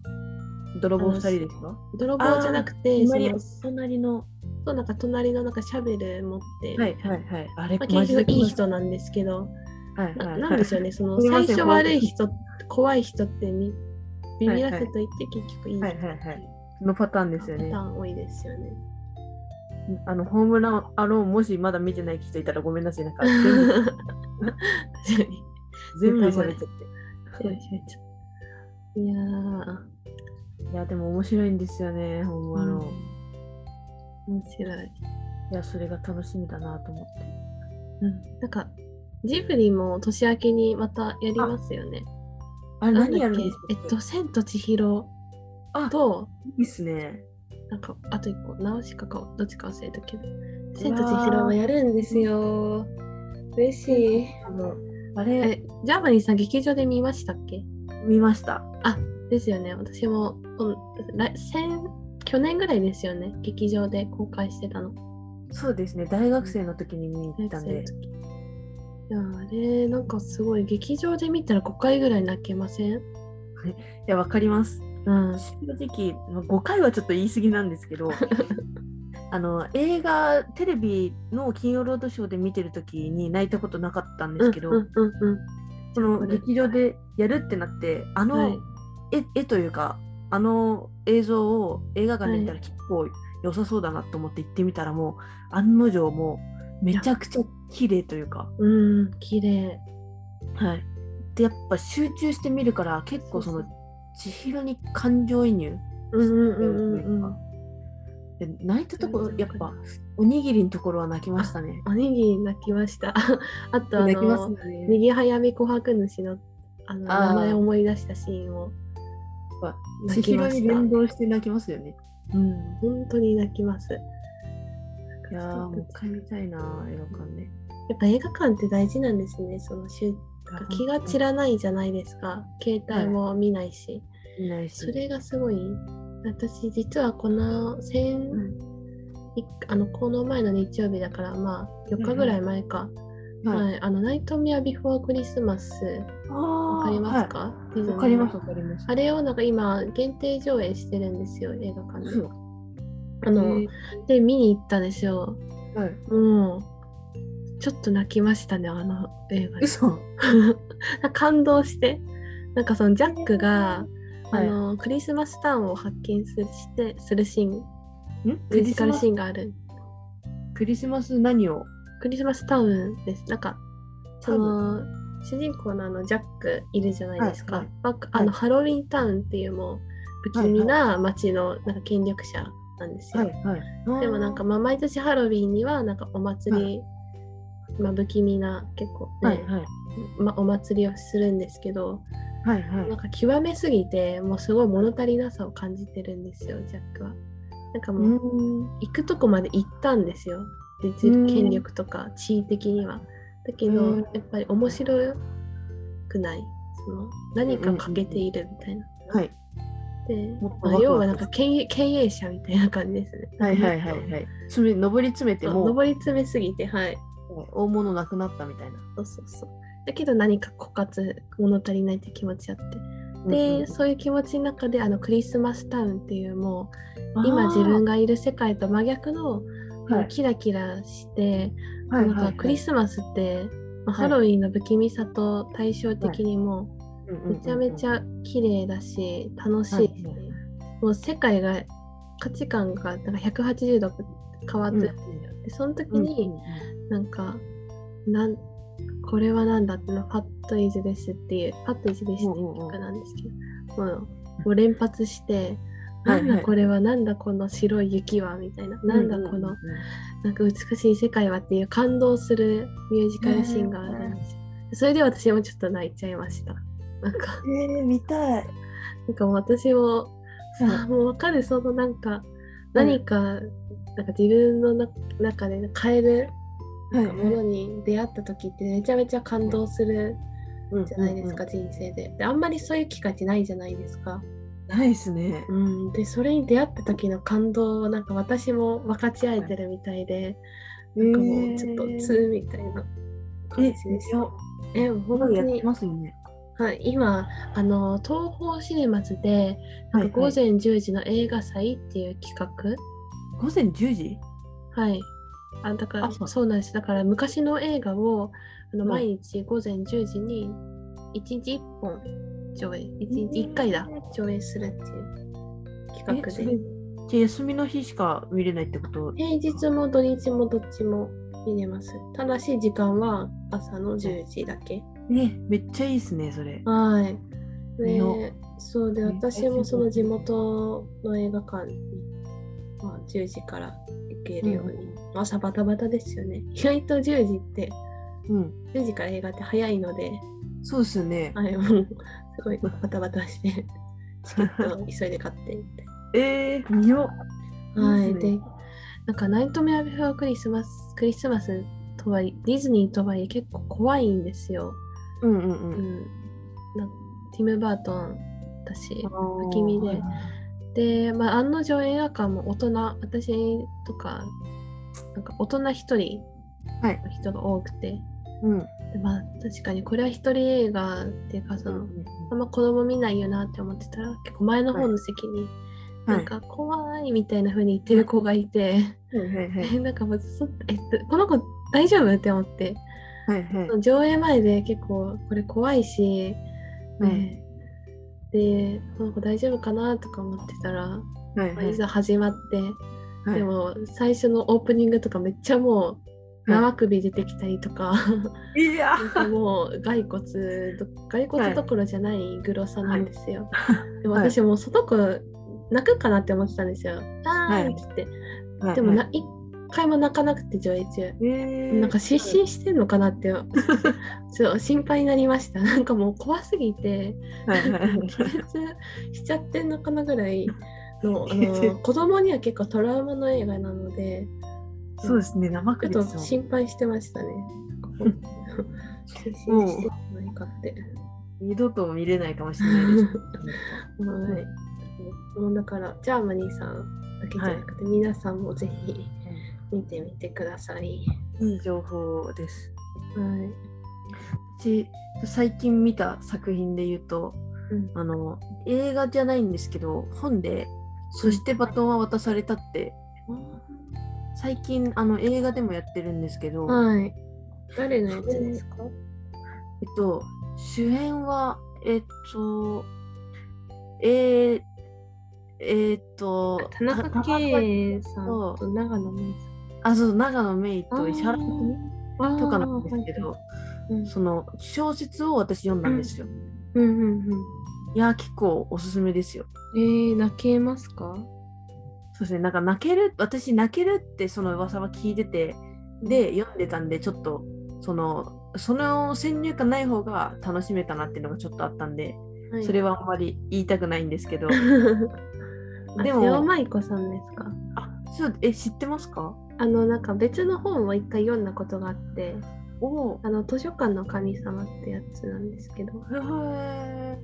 [SPEAKER 2] 泥棒二人ですか
[SPEAKER 1] 泥棒じゃなくてそ
[SPEAKER 2] 隣
[SPEAKER 1] の
[SPEAKER 2] 隣の。
[SPEAKER 1] そうなんか隣のなんかシャベル持って、
[SPEAKER 2] はいはいはい。あれ、
[SPEAKER 1] まあ、
[SPEAKER 2] マ
[SPEAKER 1] 結
[SPEAKER 2] ジで
[SPEAKER 1] 局いい。人なんですけど
[SPEAKER 2] はいはい
[SPEAKER 1] な
[SPEAKER 2] はい。
[SPEAKER 1] なんでしょうね、その
[SPEAKER 2] すいませ
[SPEAKER 1] 最
[SPEAKER 2] ん
[SPEAKER 1] 初悪い人、怖い人ってみビビらせといて、結局いい人
[SPEAKER 2] はいはいはいのパターンですよ
[SPEAKER 1] パ
[SPEAKER 2] ね
[SPEAKER 1] ター。ン多いですよね。
[SPEAKER 2] あの、ホームランアローン、もしまだ見てない人いたらごめんなさ い。なんか全部、
[SPEAKER 1] 確かに
[SPEAKER 2] 全部見されちゃって。
[SPEAKER 1] いやー、
[SPEAKER 2] いや、でも面白いんですよね、ホームアローン。
[SPEAKER 1] 面白い。
[SPEAKER 2] いや、それが楽しみだなと思って。
[SPEAKER 1] なんか、ジブリも年明けにまたやりますよね。
[SPEAKER 2] あれ
[SPEAKER 1] なんだ
[SPEAKER 2] 何
[SPEAKER 1] っけ
[SPEAKER 2] やるんですか
[SPEAKER 1] えっと、千と千尋
[SPEAKER 2] あ
[SPEAKER 1] と、
[SPEAKER 2] いいっすね。
[SPEAKER 1] なんか、あと一個、ナウシカか、どっちか忘れたけど、千と千尋もやるんですよ。嬉しい。
[SPEAKER 2] あの、あれ、
[SPEAKER 1] え、ジャーマニーさん、劇場で見ましたっけ
[SPEAKER 2] 見ました。
[SPEAKER 1] ですよね、私も、うん、来先去年ぐらいですよね、劇場で公開してたの。
[SPEAKER 2] そうですね、大学生の時に見に行ったん
[SPEAKER 1] い
[SPEAKER 2] で。
[SPEAKER 1] やあれなんかすごい劇場で見たら5回ぐらい泣けません
[SPEAKER 2] いや、わかります。
[SPEAKER 1] うん
[SPEAKER 2] 正直、まあ5回はちょっと言い過ぎなんです けど、あの、映画、テレビの金曜ロードショーで見てる時に泣いたことなかったんですけど、
[SPEAKER 1] うんうんうん
[SPEAKER 2] その劇場でやるってなって、あ
[SPEAKER 1] うん、はい
[SPEAKER 2] の、絵絵というか、あの映像を映画館で見た
[SPEAKER 1] は
[SPEAKER 2] ら結構良さそうだなと思って行ってみたらもう案の定もうめちゃくちゃ綺麗というか、
[SPEAKER 1] うん、綺麗。
[SPEAKER 2] はい、でやっぱ集中して見るから結構その
[SPEAKER 1] そう
[SPEAKER 2] 千尋に感情移入
[SPEAKER 1] うんうん
[SPEAKER 2] と
[SPEAKER 1] うん
[SPEAKER 2] いう
[SPEAKER 1] うん
[SPEAKER 2] か。で泣いたところ
[SPEAKER 1] 全
[SPEAKER 2] や
[SPEAKER 1] 然
[SPEAKER 2] っ
[SPEAKER 1] わかんない
[SPEAKER 2] ぱおにぎりのところは泣きましたね。
[SPEAKER 1] おにぎり泣きました。 あとあ
[SPEAKER 2] 泣きま
[SPEAKER 1] の、
[SPEAKER 2] すよね。
[SPEAKER 1] 右早見琥珀主のあの
[SPEAKER 2] あー
[SPEAKER 1] 名前を思い出したシーンを
[SPEAKER 2] やっぱ
[SPEAKER 1] 泣
[SPEAKER 2] 千
[SPEAKER 1] き
[SPEAKER 2] 尋
[SPEAKER 1] まし
[SPEAKER 2] に
[SPEAKER 1] た。
[SPEAKER 2] 連動して泣きますよね。
[SPEAKER 1] うん、本当に泣きます。
[SPEAKER 2] いやーもう
[SPEAKER 1] や
[SPEAKER 2] 一回見たいなー映画館ね。
[SPEAKER 1] っぱ映画館って大事なんですね。その集気が散らないじゃないですか。携帯も見ないし。
[SPEAKER 2] いないし。
[SPEAKER 1] それがすごい。私実はこの先、
[SPEAKER 2] うん
[SPEAKER 1] いあのこの前の日曜日だからまあ4日ぐらい前か、
[SPEAKER 2] はい。
[SPEAKER 1] はい、あのナイトミアビフォークリスマスわ
[SPEAKER 2] わ
[SPEAKER 1] かりますか、ディズニー
[SPEAKER 2] わかりますわかります。
[SPEAKER 1] あれをなんか今限定上映してるんですよ映画館
[SPEAKER 2] そ
[SPEAKER 1] で
[SPEAKER 2] う。
[SPEAKER 1] あの、で見に行ったんですよ
[SPEAKER 2] はい。
[SPEAKER 1] もうちょっと泣きましたねあの映画で
[SPEAKER 2] 嘘。は
[SPEAKER 1] 感動してなんかそのジャックが、あ
[SPEAKER 2] い。
[SPEAKER 1] のクリスマスタウンを発見するしてするシーン
[SPEAKER 2] ん
[SPEAKER 1] ミ
[SPEAKER 2] ク
[SPEAKER 1] ュー
[SPEAKER 2] リ
[SPEAKER 1] ジ
[SPEAKER 2] ス
[SPEAKER 1] カル
[SPEAKER 2] マ
[SPEAKER 1] シ
[SPEAKER 2] ス
[SPEAKER 1] ーンがある
[SPEAKER 2] クリスマス何を
[SPEAKER 1] クリスマスタウンですなんかその主人公のあのジャックいるじゃないですか、
[SPEAKER 2] はいはい
[SPEAKER 1] バックあの、
[SPEAKER 2] はい
[SPEAKER 1] ハロウィンタウンっていうもう不気味な街のなんか権力者なんですよ、
[SPEAKER 2] はいはい。
[SPEAKER 1] でもなんかまあ毎年ハロウィンにはなんかお祭り、まあ、不気味な結構、
[SPEAKER 2] あー。は
[SPEAKER 1] ね
[SPEAKER 2] いはい。
[SPEAKER 1] まあ、お祭りをするんですけど
[SPEAKER 2] はいはい
[SPEAKER 1] なん。か極めすぎてもうすごい物足りなさを感じてるんですよジャックは。なんかもう
[SPEAKER 2] う
[SPEAKER 1] 行くとこまで行ったんですよでじ
[SPEAKER 2] うん
[SPEAKER 1] 権力とか地位的には。だけど、
[SPEAKER 2] うん
[SPEAKER 1] やっぱり面白くないその何か欠けているみたいな。
[SPEAKER 2] ーんはい。
[SPEAKER 1] で
[SPEAKER 2] もっ、と
[SPEAKER 1] ま
[SPEAKER 2] ワクワ
[SPEAKER 1] あ、
[SPEAKER 2] ク
[SPEAKER 1] 要はなんか経営経営者みたいな感じですね。
[SPEAKER 2] はいはいはいはい。つめ上り詰めて
[SPEAKER 1] あ
[SPEAKER 2] もう
[SPEAKER 1] 上り詰めすぎてはい。
[SPEAKER 2] 大物なくなったみたいな。
[SPEAKER 1] そうそうそう。だけど何か枯渇物足りないって気持ちあって。で、
[SPEAKER 2] うんうん
[SPEAKER 1] そういう気持ちの中であのクリスマスタウンっていうも
[SPEAKER 2] あ
[SPEAKER 1] う
[SPEAKER 2] ー
[SPEAKER 1] 今自分がいる世界と真逆のも
[SPEAKER 2] は
[SPEAKER 1] う
[SPEAKER 2] い
[SPEAKER 1] キラキラして、
[SPEAKER 2] はい
[SPEAKER 1] なん
[SPEAKER 2] は
[SPEAKER 1] か
[SPEAKER 2] い
[SPEAKER 1] クリスマスって、まあハロウィンの不気味さと対照的にもうめちゃめち
[SPEAKER 2] ゃ
[SPEAKER 1] ゃ綺麗だし楽しいし、
[SPEAKER 2] はいはい
[SPEAKER 1] もう世界が価値観がなんか180度変わってるんですよ。でその時に、なんか、なんこれはなんだってのパッドイズですっていう、パッドイズですっていう曲なんですけど、もうもう連発して、
[SPEAKER 2] はい
[SPEAKER 1] なんだこれは、なんだこの白い雪はみたいな、なんだこのなんか美しい世界はっていう感動するミュージカルシーンがあるんですよ。それで私もちょっと泣いちゃいました。なんか、
[SPEAKER 2] え見たい。
[SPEAKER 1] なんかもう私も、さあもうわかる、そのなんか、何か、なんか自分のな中で変える
[SPEAKER 2] はい
[SPEAKER 1] ものに出会った時ってめちゃめちゃ感動するじゃないですか、。人生でであんまりそういう機会ってないじゃないですか、
[SPEAKER 2] ないですね。
[SPEAKER 1] うん、でそれに出会った時の感動をなんか私も分かち合えてるみたいで、なんかもうちょっと2みたいな感じです、え本当
[SPEAKER 2] やっ
[SPEAKER 1] に
[SPEAKER 2] て、ますよね。
[SPEAKER 1] はい、今あの東宝シネマズでなんか午
[SPEAKER 2] はいは
[SPEAKER 1] 前10時の映画祭っていう企画
[SPEAKER 2] 午前10時
[SPEAKER 1] はい。あだから
[SPEAKER 2] あそう
[SPEAKER 1] そうなんです。だから昔の映画をあの
[SPEAKER 2] は
[SPEAKER 1] 毎
[SPEAKER 2] い
[SPEAKER 1] 日午前10時に1日1本上映、1日1回だ、上映するっていう企画
[SPEAKER 2] えそ
[SPEAKER 1] で
[SPEAKER 2] れ。じゃあ休みの日しか見れないってこと
[SPEAKER 1] 平日も土日もどっちも見れます。ただし時間は朝の10時だけ。
[SPEAKER 2] ね、めっちゃいいですね、それ。
[SPEAKER 1] はい。
[SPEAKER 2] 見よう
[SPEAKER 1] で、そうで、
[SPEAKER 2] めっちゃ
[SPEAKER 1] 私もその地元の映画館に、まあ、10時から行けるように。朝バタバタですよね。意外と10時って
[SPEAKER 2] うん。
[SPEAKER 1] 10時から映画って早いので、
[SPEAKER 2] そうですよね。
[SPEAKER 1] あれも うすごいバタバタして、 チケットを急いで買ってみたい
[SPEAKER 2] えー、見よう。
[SPEAKER 1] な。はいい。
[SPEAKER 2] いっす
[SPEAKER 1] で
[SPEAKER 2] ね、
[SPEAKER 1] なんかナイトメアビフォークリスマス、クリスマスとはいえ、ディズニーとはいえ結構怖いんですよ。
[SPEAKER 2] うんうん
[SPEAKER 1] う
[SPEAKER 2] うん。
[SPEAKER 1] ん。なティム・バートンだし。
[SPEAKER 2] 不
[SPEAKER 1] 気味でで、まあ、案の定映画館も大人、私とか、なんか大人一人
[SPEAKER 2] はい
[SPEAKER 1] の人が多くて、
[SPEAKER 2] うん。
[SPEAKER 1] でまあ確かにこれは一人映画っていうか、その、あんま子供見ないよなって思ってたら結構前の方の席に、
[SPEAKER 2] は
[SPEAKER 1] ないんか怖いみたいな風に言ってる子がいて、
[SPEAKER 2] はいはいはい
[SPEAKER 1] え なんかもうそえっとこの子大丈夫って思って
[SPEAKER 2] はいはい
[SPEAKER 1] 上映前で結構これ怖いし、
[SPEAKER 2] はい
[SPEAKER 1] ねでなんか大丈夫かなとか思ってたら、
[SPEAKER 2] はい
[SPEAKER 1] ま
[SPEAKER 2] は
[SPEAKER 1] あ
[SPEAKER 2] い
[SPEAKER 1] いざ始まって、
[SPEAKER 2] はい
[SPEAKER 1] でも最初のオープニングとかめっちゃもう
[SPEAKER 2] はい
[SPEAKER 1] 生首出てきたりと か、
[SPEAKER 2] いや
[SPEAKER 1] なんかもう骸骨ど骸骨どころじゃないグロさなんですよ。でも
[SPEAKER 2] はい
[SPEAKER 1] 私もうその子泣くかなって思ってたんですよ。あ
[SPEAKER 2] は
[SPEAKER 1] ー
[SPEAKER 2] い
[SPEAKER 1] って言って、
[SPEAKER 2] ー
[SPEAKER 1] でも
[SPEAKER 2] は
[SPEAKER 1] な一回も泣かなくて上映中。
[SPEAKER 2] いえー
[SPEAKER 1] なんか失神してんのかな って、ちょっと心配になりました。なんかもう怖すぎて、
[SPEAKER 2] はいはいはい
[SPEAKER 1] 気絶しちゃってんのかなぐらい の、あの子供には結構トラウマの映画なので、
[SPEAKER 2] そうですね生
[SPEAKER 1] ちょっ
[SPEAKER 2] 首で
[SPEAKER 1] と
[SPEAKER 2] すよ
[SPEAKER 1] 心配してま したね。
[SPEAKER 2] うん
[SPEAKER 1] 失神してないかって。
[SPEAKER 2] 二度と見れないかもしれないです。
[SPEAKER 1] はいもうだから、ジャーマニーさんだけじゃなくて、皆さんもぜひ見てみてください。
[SPEAKER 2] いい情報です。
[SPEAKER 1] はい。
[SPEAKER 2] 私最近見た作品で言うと、
[SPEAKER 1] うん
[SPEAKER 2] あの映画じゃないんですけど本で「そしてバトンは渡された」って最近あの映画でもやってるんですけど、
[SPEAKER 1] はい。誰のやつですか
[SPEAKER 2] えっと、主演は、えっと、えー、えーっと、
[SPEAKER 1] 田中
[SPEAKER 2] た
[SPEAKER 1] 圭さん
[SPEAKER 2] そう
[SPEAKER 1] と長野芽
[SPEAKER 2] あ、そう、長野芽郁と石原
[SPEAKER 1] あー
[SPEAKER 2] 組
[SPEAKER 1] 衣さん
[SPEAKER 2] とかなんですけ
[SPEAKER 1] あ
[SPEAKER 2] ど、
[SPEAKER 1] ーはいはい
[SPEAKER 2] その小説を私読んだんですよ。
[SPEAKER 1] うんうんうん
[SPEAKER 2] いやー、結構おすすめですよ。
[SPEAKER 1] えー、泣けますか
[SPEAKER 2] そうですね、なんか泣ける、私泣けるってその噂は聞いてて、で、読んでたんで、ちょっと、その、その先入観ない方が楽しめたなっていうのがちょっとあったんで、それ
[SPEAKER 1] は
[SPEAKER 2] はあんまり言いたくないんで すけど、
[SPEAKER 1] で
[SPEAKER 2] で
[SPEAKER 1] も
[SPEAKER 2] も
[SPEAKER 1] 塩舞子さんですか
[SPEAKER 2] あ、そう、え、知ってますか
[SPEAKER 1] あのなんか別の本を一回読んだことがあって
[SPEAKER 2] おお。
[SPEAKER 1] あの図書館の神様ってやつなんですけど
[SPEAKER 2] へー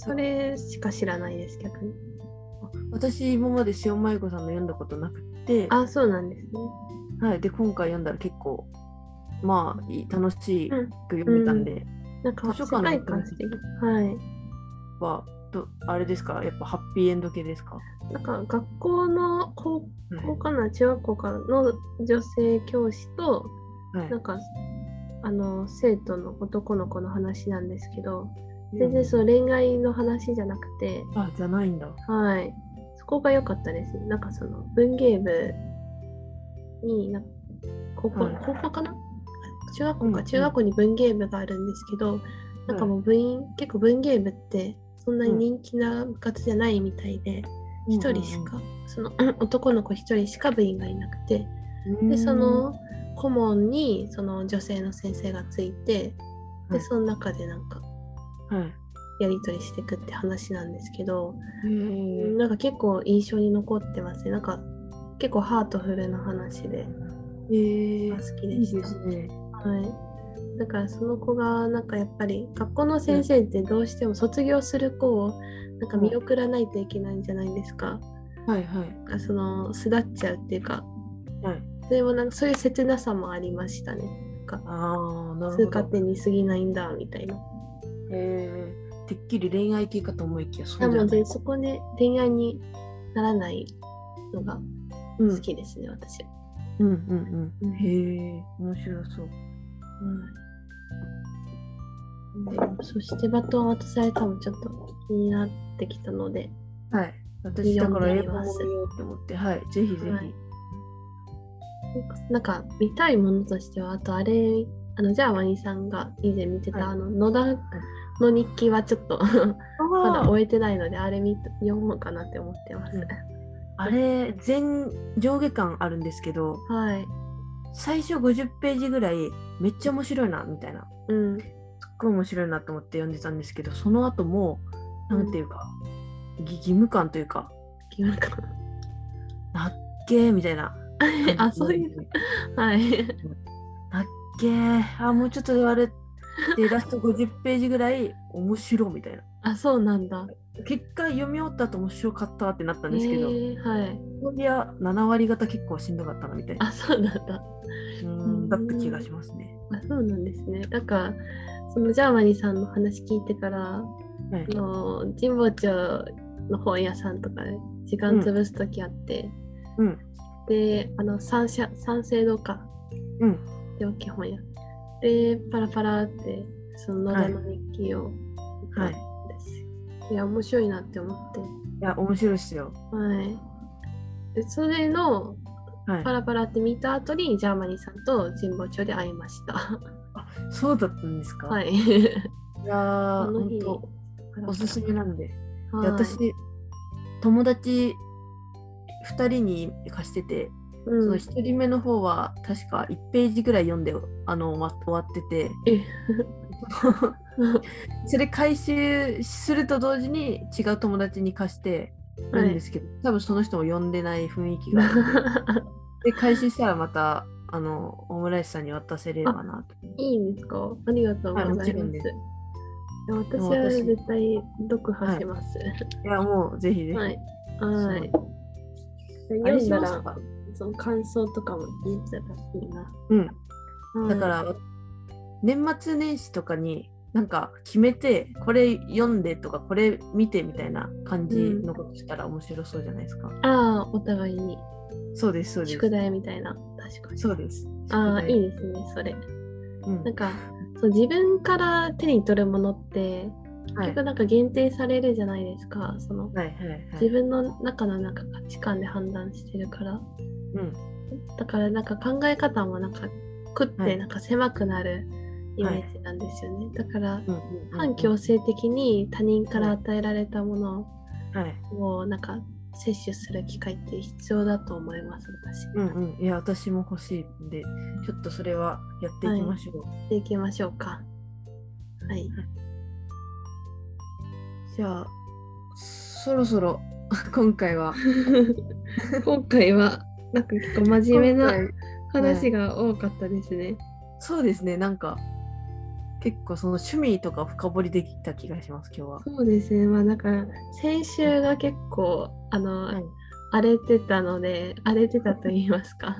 [SPEAKER 1] それしか知らないです逆に
[SPEAKER 2] 私今まで塩舞子さんの読んだことなくて、
[SPEAKER 1] あそうなんですね
[SPEAKER 2] はい、で今回読んだら結構まあいい楽し
[SPEAKER 1] うん
[SPEAKER 2] く読めたんで、
[SPEAKER 1] なんか
[SPEAKER 2] 図
[SPEAKER 1] 世
[SPEAKER 2] 書館の
[SPEAKER 1] 界観素敵はい
[SPEAKER 2] はとあれですかやっぱハッピーエンド系ですか、
[SPEAKER 1] なんか学校の高校かな中学校かの女性教師と
[SPEAKER 2] はい
[SPEAKER 1] なんかあの生徒の男の子の話なんですけど全然その恋愛の話じゃなくて、
[SPEAKER 2] あじゃないんだ
[SPEAKER 1] はいそこが良かったですねなんかその文芸部になんか高校、
[SPEAKER 2] はい
[SPEAKER 1] 高校かな中学校
[SPEAKER 2] うんう
[SPEAKER 1] か
[SPEAKER 2] ん
[SPEAKER 1] 中学校に文芸部があるんですけど、なんかもう部員結構文芸部ってそんなに人気な部活じゃないみたいで一、人しか、その 男の子一人しか部員がいなくて、
[SPEAKER 2] うんうんうん
[SPEAKER 1] でその顧問にその女性の先生がついてで
[SPEAKER 2] はい
[SPEAKER 1] その中でなんか
[SPEAKER 2] はい
[SPEAKER 1] やり取りしていくって話なんですけど
[SPEAKER 2] へー
[SPEAKER 1] なんか結構印象に残ってますねなんか結構ハートフルな話で
[SPEAKER 2] へー
[SPEAKER 1] 好き
[SPEAKER 2] い
[SPEAKER 1] で
[SPEAKER 2] い
[SPEAKER 1] し
[SPEAKER 2] で
[SPEAKER 1] た
[SPEAKER 2] すね
[SPEAKER 1] はいだからその子がなんかやっぱり学校の先生ってどうしても卒業する子をなんか見送らないといけないじゃないですか
[SPEAKER 2] はいはい
[SPEAKER 1] なんかその巣立っちゃうっていうか
[SPEAKER 2] はい
[SPEAKER 1] でもなんかそういう切なさもありましたね
[SPEAKER 2] ああな
[SPEAKER 1] 通
[SPEAKER 2] るほ
[SPEAKER 1] 過
[SPEAKER 2] ど
[SPEAKER 1] 点に過ぎないんだみたいな
[SPEAKER 2] へーてっきり恋愛系かと思いきやそ
[SPEAKER 1] な
[SPEAKER 2] うじ
[SPEAKER 1] の
[SPEAKER 2] ゃない
[SPEAKER 1] でそこで恋愛にならないのが
[SPEAKER 2] うん
[SPEAKER 1] 好きですね、私は。
[SPEAKER 2] うんうんうんへえ面白そう
[SPEAKER 1] うんでそしてバトンを渡されたのもちょっと気になってきたので、
[SPEAKER 2] はい。
[SPEAKER 1] いい
[SPEAKER 2] 私
[SPEAKER 1] よ
[SPEAKER 2] だから
[SPEAKER 1] 見れ
[SPEAKER 2] 英語
[SPEAKER 1] ま
[SPEAKER 2] も
[SPEAKER 1] す
[SPEAKER 2] 見ようと思って、はい、ぜひぜひ。
[SPEAKER 1] はいなんか見たいものとしては、あとあれ、あのじゃあワニさんが以前見てた、
[SPEAKER 2] はい
[SPEAKER 1] あの野田の日記はちょっと まだ
[SPEAKER 2] あ
[SPEAKER 1] 終えてないので、あれ見読もうかなって思ってます。
[SPEAKER 2] あれ、全上下巻あるんですけど、
[SPEAKER 1] はい。
[SPEAKER 2] 最初50ページぐらい、めっちゃ面白いな、みたいな。
[SPEAKER 1] うん。
[SPEAKER 2] すっごい面白いなと思って読んでたんですけど、その後も、なんていうか、ぎ義務感というか、
[SPEAKER 1] 気分か。
[SPEAKER 2] なっけーみたいな。
[SPEAKER 1] あ、そういう。。はい。
[SPEAKER 2] なっけー、あ、もうちょっと言われて、ラスト50ページぐらい、面白いみたいな。
[SPEAKER 1] あ、そうなんだ。
[SPEAKER 2] 結果読み終わった後面白かったってなったんですけど、
[SPEAKER 1] えーはい。
[SPEAKER 2] こりゃ7割方結構しんどかったなみたいな
[SPEAKER 1] あ、そうなんだ。
[SPEAKER 2] うんだった気がしますね。
[SPEAKER 1] あそうなんですね。なんかそのジャーマニさんの話聞いてから、
[SPEAKER 2] はい
[SPEAKER 1] あの神保町の本屋さんとかで時間潰す時あって、
[SPEAKER 2] うん
[SPEAKER 1] であの三社三省堂か
[SPEAKER 2] うん
[SPEAKER 1] で大きい本屋でパラパラってその野田の日記を、
[SPEAKER 2] はい
[SPEAKER 1] ですいや、面白いなって思って。
[SPEAKER 2] いや、面白いっすよ。
[SPEAKER 1] はい。で、それの
[SPEAKER 2] はい
[SPEAKER 1] パ。ラパラって見た後に、ジャーマニーさんと神保町で会いました。
[SPEAKER 2] そうだったんですか。
[SPEAKER 1] はい。
[SPEAKER 2] いやー、
[SPEAKER 1] あの
[SPEAKER 2] 本
[SPEAKER 1] 日
[SPEAKER 2] 当おすすめなんで。
[SPEAKER 1] はい
[SPEAKER 2] で私、友達2人に貸してて、
[SPEAKER 1] う
[SPEAKER 2] その
[SPEAKER 1] ん、
[SPEAKER 2] 1人目の方は確か1ページぐらい読んであの終わ終わってて
[SPEAKER 1] え
[SPEAKER 2] それ回収すると同時に違う友達に貸してるんですけど、多分その人も読んでない雰囲気があ ってで回収したらまたあのオムライスさんに渡せればなと。
[SPEAKER 1] いいんですかありがとうございま
[SPEAKER 2] はいも
[SPEAKER 1] す。
[SPEAKER 2] ちろんです
[SPEAKER 1] いや私
[SPEAKER 2] でも
[SPEAKER 1] は
[SPEAKER 2] 私
[SPEAKER 1] 絶対読破します。
[SPEAKER 2] いやもうぜひぜひ。
[SPEAKER 1] はい。はい。
[SPEAKER 2] あ
[SPEAKER 1] 読
[SPEAKER 2] れ
[SPEAKER 1] ん
[SPEAKER 2] し
[SPEAKER 1] だ
[SPEAKER 2] まし
[SPEAKER 1] ら
[SPEAKER 2] た、か
[SPEAKER 1] その感想とかも聞いたらいいな。
[SPEAKER 2] うん
[SPEAKER 1] はい
[SPEAKER 2] だから、年末年始とかになんか決めてこれ読んでとかこれ見てみたいな感じのことしたら面白そうじゃないですか。
[SPEAKER 1] ああ、お互いに
[SPEAKER 2] そうですそうです
[SPEAKER 1] 宿。題みたいな。確かに。
[SPEAKER 2] そうです。
[SPEAKER 1] ああ、い
[SPEAKER 2] い。
[SPEAKER 1] いですね、それ。
[SPEAKER 2] うん
[SPEAKER 1] なんか、そう自分から手に取るものって、
[SPEAKER 2] は
[SPEAKER 1] 結
[SPEAKER 2] い
[SPEAKER 1] 局なんか限定されるじゃないですか。その
[SPEAKER 2] はいはいは
[SPEAKER 1] 自
[SPEAKER 2] い。
[SPEAKER 1] 分の中のなんか価値観で判断してるから。
[SPEAKER 2] うん
[SPEAKER 1] だからなんか考え方もなんかくっ
[SPEAKER 2] は
[SPEAKER 1] て
[SPEAKER 2] い
[SPEAKER 1] なんか狭くなるイメージなんですよね、だから
[SPEAKER 2] うんうんうん
[SPEAKER 1] 反強制的に他人から与えられたもの
[SPEAKER 2] はい。
[SPEAKER 1] をなんか摂取する機会って必要だと思います私。
[SPEAKER 2] う
[SPEAKER 1] や
[SPEAKER 2] んうん。いや私も欲しいんでちょっとそれはやっていきましょう。
[SPEAKER 1] っていきましょうか。はい。
[SPEAKER 2] じゃあそろそろ 今回は
[SPEAKER 1] 今回はなんか結構真面目な
[SPEAKER 2] 今回
[SPEAKER 1] 話が多かったですね。
[SPEAKER 2] そうですねなんか結構その趣味とか深掘りできた気がします今日は。
[SPEAKER 1] そうですね。まあだから先週が結構あの、
[SPEAKER 2] はい
[SPEAKER 1] 荒れてたので荒れてたと言いますか。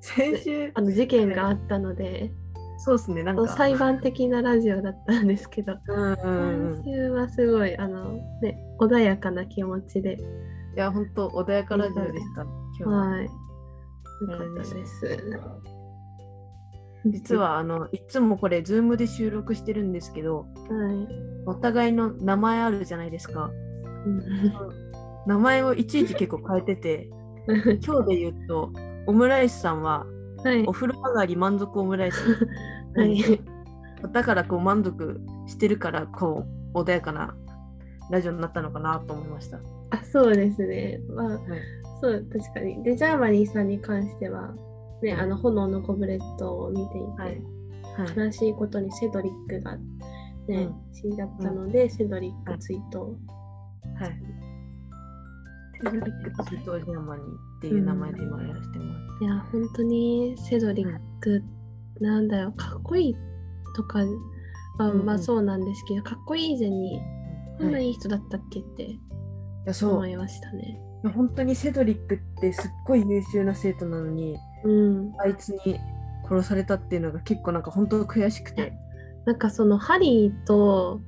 [SPEAKER 2] 先週
[SPEAKER 1] あの事件があったので、
[SPEAKER 2] そうですねなんか。
[SPEAKER 1] 裁判的なラジオだったんですけど、
[SPEAKER 2] うんうんうん
[SPEAKER 1] 今週はすごいあの、ね、穏やかな気持ちで、
[SPEAKER 2] いや、本当穏やかラジオでした。今日は
[SPEAKER 1] はい、よかったです。
[SPEAKER 2] 実、はあのいつもこれ Zoom で収録してるんですけど、
[SPEAKER 1] はい
[SPEAKER 2] お互いの名前あるじゃないですか。
[SPEAKER 1] うん
[SPEAKER 2] 名前をいちいち結構変えてて、今日で言うとオムライスさんは
[SPEAKER 1] はい
[SPEAKER 2] お、風呂上がり満足オムライス。
[SPEAKER 1] はい、
[SPEAKER 2] だからこう満足してるからこう穏やかなラジオになったのかなと思いました。
[SPEAKER 1] あそうですね、まあ
[SPEAKER 2] い
[SPEAKER 1] そう確かに。で、ジャーマニーさんに関しては、ね、
[SPEAKER 2] はい
[SPEAKER 1] あの炎のゴブレットを見ていて、
[SPEAKER 2] はいはい。
[SPEAKER 1] 悲しいことにセドリックが、ね
[SPEAKER 2] うん
[SPEAKER 1] 死んじゃったので、セドリック追悼。
[SPEAKER 2] はい。テレビック伊藤ジャーマニーっていう名前で今やらせてもらって。
[SPEAKER 1] いや本当にセドリック、なんだよかっこいいとかは
[SPEAKER 2] うんうん
[SPEAKER 1] まあそうなんですけど、かっこいい以前にこん
[SPEAKER 2] は
[SPEAKER 1] ない
[SPEAKER 2] い
[SPEAKER 1] い人だったっけって
[SPEAKER 2] やそう
[SPEAKER 1] 思いましたね。
[SPEAKER 2] いや本当にセドリックってすっごい優秀な生徒なのに
[SPEAKER 1] うん、
[SPEAKER 2] あいつに殺されたっていうのが結構なんか本当悔しくて、
[SPEAKER 1] なんかそのハリーと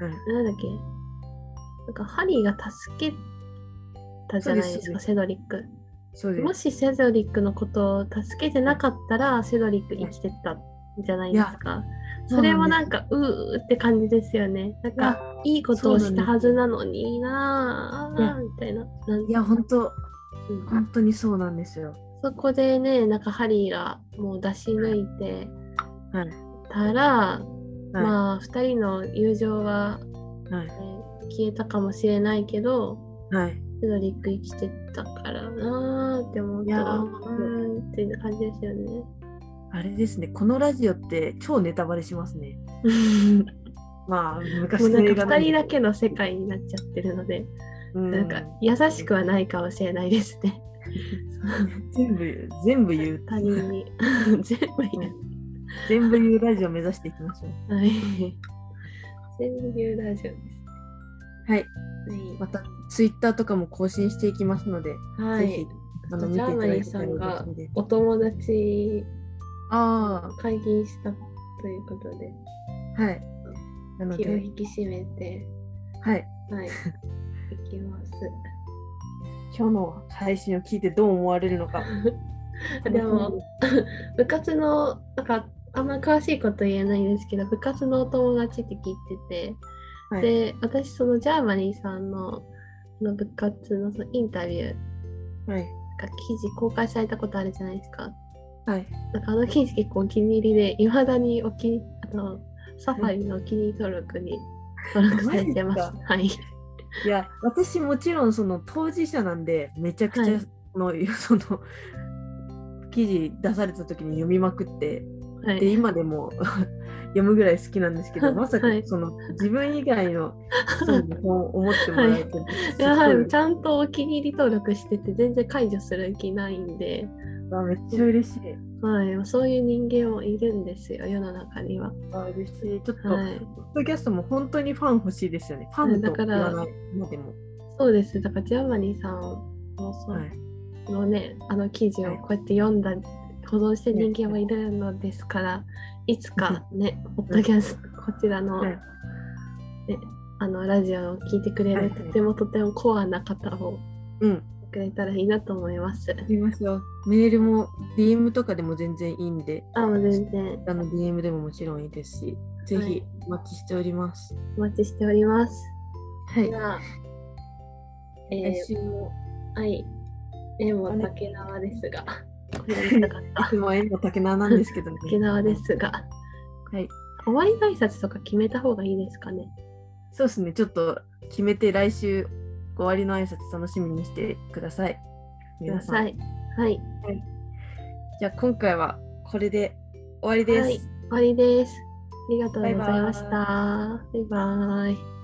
[SPEAKER 2] うん
[SPEAKER 1] なんだっけなんかハリーが助けたじゃないで
[SPEAKER 2] そ
[SPEAKER 1] す
[SPEAKER 2] う
[SPEAKER 1] か
[SPEAKER 2] です
[SPEAKER 1] セドリック。
[SPEAKER 2] そうで
[SPEAKER 1] も
[SPEAKER 2] す
[SPEAKER 1] しセドリックのことを助けてなかったらセドリック生きてたんじゃないですか。それもなんかうーって感じですよね。なんかいいことをしたはずなのにな
[SPEAKER 2] そうな
[SPEAKER 1] ぁみたいな。なん
[SPEAKER 2] いや本当
[SPEAKER 1] うん
[SPEAKER 2] 本当にそうなんですよ
[SPEAKER 1] そこでね、なんかハリーがもう出し抜いて
[SPEAKER 2] はい
[SPEAKER 1] たら、
[SPEAKER 2] はい、
[SPEAKER 1] まあ2人の友情は、
[SPEAKER 2] はい
[SPEAKER 1] ね消えたかもしれないけど、
[SPEAKER 2] はい
[SPEAKER 1] セドリック生きてたからなぁって思った
[SPEAKER 2] い
[SPEAKER 1] ら、
[SPEAKER 2] や
[SPEAKER 1] う
[SPEAKER 2] ー
[SPEAKER 1] ーんって感じですよ ね。
[SPEAKER 2] あれですねこのラジオって超ネタバレしますねまあ昔
[SPEAKER 1] もう
[SPEAKER 2] の
[SPEAKER 1] なん
[SPEAKER 2] 映
[SPEAKER 1] か
[SPEAKER 2] 画
[SPEAKER 1] 2人
[SPEAKER 2] だ
[SPEAKER 1] だけの世界になっちゃってるので、
[SPEAKER 2] な
[SPEAKER 1] なんか優しくはないかもしれないです ね。
[SPEAKER 2] 全部全部言う
[SPEAKER 1] 他人 に全部言う。
[SPEAKER 2] 全部言うラジオ目指していきましょ う
[SPEAKER 1] はい。全部言うラジオです。
[SPEAKER 2] はいまたツイッターとかも更新していきますので、
[SPEAKER 1] は
[SPEAKER 2] ぜひ
[SPEAKER 1] い。
[SPEAKER 2] あ
[SPEAKER 1] あと
[SPEAKER 2] の見
[SPEAKER 1] ジ
[SPEAKER 2] てい
[SPEAKER 1] ャー
[SPEAKER 2] た
[SPEAKER 1] マ
[SPEAKER 2] だ
[SPEAKER 1] ニー
[SPEAKER 2] け
[SPEAKER 1] さ
[SPEAKER 2] たら
[SPEAKER 1] ん
[SPEAKER 2] 嬉
[SPEAKER 1] が
[SPEAKER 2] しいです
[SPEAKER 1] お友達
[SPEAKER 2] あ
[SPEAKER 1] 会議したということで、
[SPEAKER 2] あはいなの
[SPEAKER 1] 気を
[SPEAKER 2] で
[SPEAKER 1] 引き締めて、
[SPEAKER 2] はい
[SPEAKER 1] はい。いきます。
[SPEAKER 2] 今日の配信を聞いてどう思われるのか。
[SPEAKER 1] でも、部活の、なんか、あんま詳しいこと言えないですけど、部活のお友達って聞いてて、
[SPEAKER 2] はい
[SPEAKER 1] で私そのジャーマニーさんのあの部活のそのインタビュー
[SPEAKER 2] はい。
[SPEAKER 1] が記事公開されたことあるじゃないですか。
[SPEAKER 2] はい。
[SPEAKER 1] なんかあの記事結構お気に入りでいまだにお気にあのサファリのお気に入り登録に登録されてます。
[SPEAKER 2] マジ
[SPEAKER 1] はい、
[SPEAKER 2] いや、私もちろんその当事者なんで、めちゃくち
[SPEAKER 1] はい
[SPEAKER 2] ゃその、 その、記事出された時に読みまくって、
[SPEAKER 1] は
[SPEAKER 2] で、
[SPEAKER 1] い、
[SPEAKER 2] 今でも 読むぐらい好きなんですけど、まさか
[SPEAKER 1] はい
[SPEAKER 2] その、自分以外の人にこう思ってもらえて、す
[SPEAKER 1] い
[SPEAKER 2] ごい
[SPEAKER 1] やはいちゃんとお気に入り登録してて全然解除する気ないんで、
[SPEAKER 2] あめっちゃ嬉しい。
[SPEAKER 1] はい、そういう人間もいるんですよ世の中には。
[SPEAKER 2] あ嬉しい。ちょっと、
[SPEAKER 1] はい
[SPEAKER 2] ポッドキャストも本当にファン欲しいですよね。ファンと言わないまでも。
[SPEAKER 1] そうですだからジャーマニーさんもそう、
[SPEAKER 2] はい。
[SPEAKER 1] のねあの記事をこうやって読んだ、保存してる人間もいるのですからいつかねポッドキャストこちらの,、
[SPEAKER 2] はい
[SPEAKER 1] ね、あのラジオを聞いてくれ
[SPEAKER 2] は
[SPEAKER 1] る
[SPEAKER 2] い
[SPEAKER 1] とてもとてもコアな方を
[SPEAKER 2] うん。
[SPEAKER 1] くれたらいいなと思います。
[SPEAKER 2] 行きましょう。メールも DM とかでも全然いいんで、
[SPEAKER 1] あもう全然
[SPEAKER 2] あの DM でももちろんいいですし、ぜ
[SPEAKER 1] は
[SPEAKER 2] ひ
[SPEAKER 1] い
[SPEAKER 2] お待ちしております。
[SPEAKER 1] お待ちしております。
[SPEAKER 2] はい
[SPEAKER 1] じ。ゃあ、えー
[SPEAKER 2] 来週も、
[SPEAKER 1] はい、でも竹縄ですが、これ言いたかっ
[SPEAKER 2] い
[SPEAKER 1] た
[SPEAKER 2] つ。も縁も竹縄なんですけどね。
[SPEAKER 1] 竹縄で。すが、
[SPEAKER 2] はい。
[SPEAKER 1] 終わりの挨拶とか決めた方がいいですかね。
[SPEAKER 2] そうですね。ちょっと決めて来週終わりの挨拶楽しみにしてくださ
[SPEAKER 1] く
[SPEAKER 2] い。
[SPEAKER 1] だ
[SPEAKER 2] 皆さ
[SPEAKER 1] さ
[SPEAKER 2] ん。
[SPEAKER 1] い。はい、
[SPEAKER 2] じゃあ今回はこれで終わりです。
[SPEAKER 1] はい終わりです。ありがとうございました。バイバイ。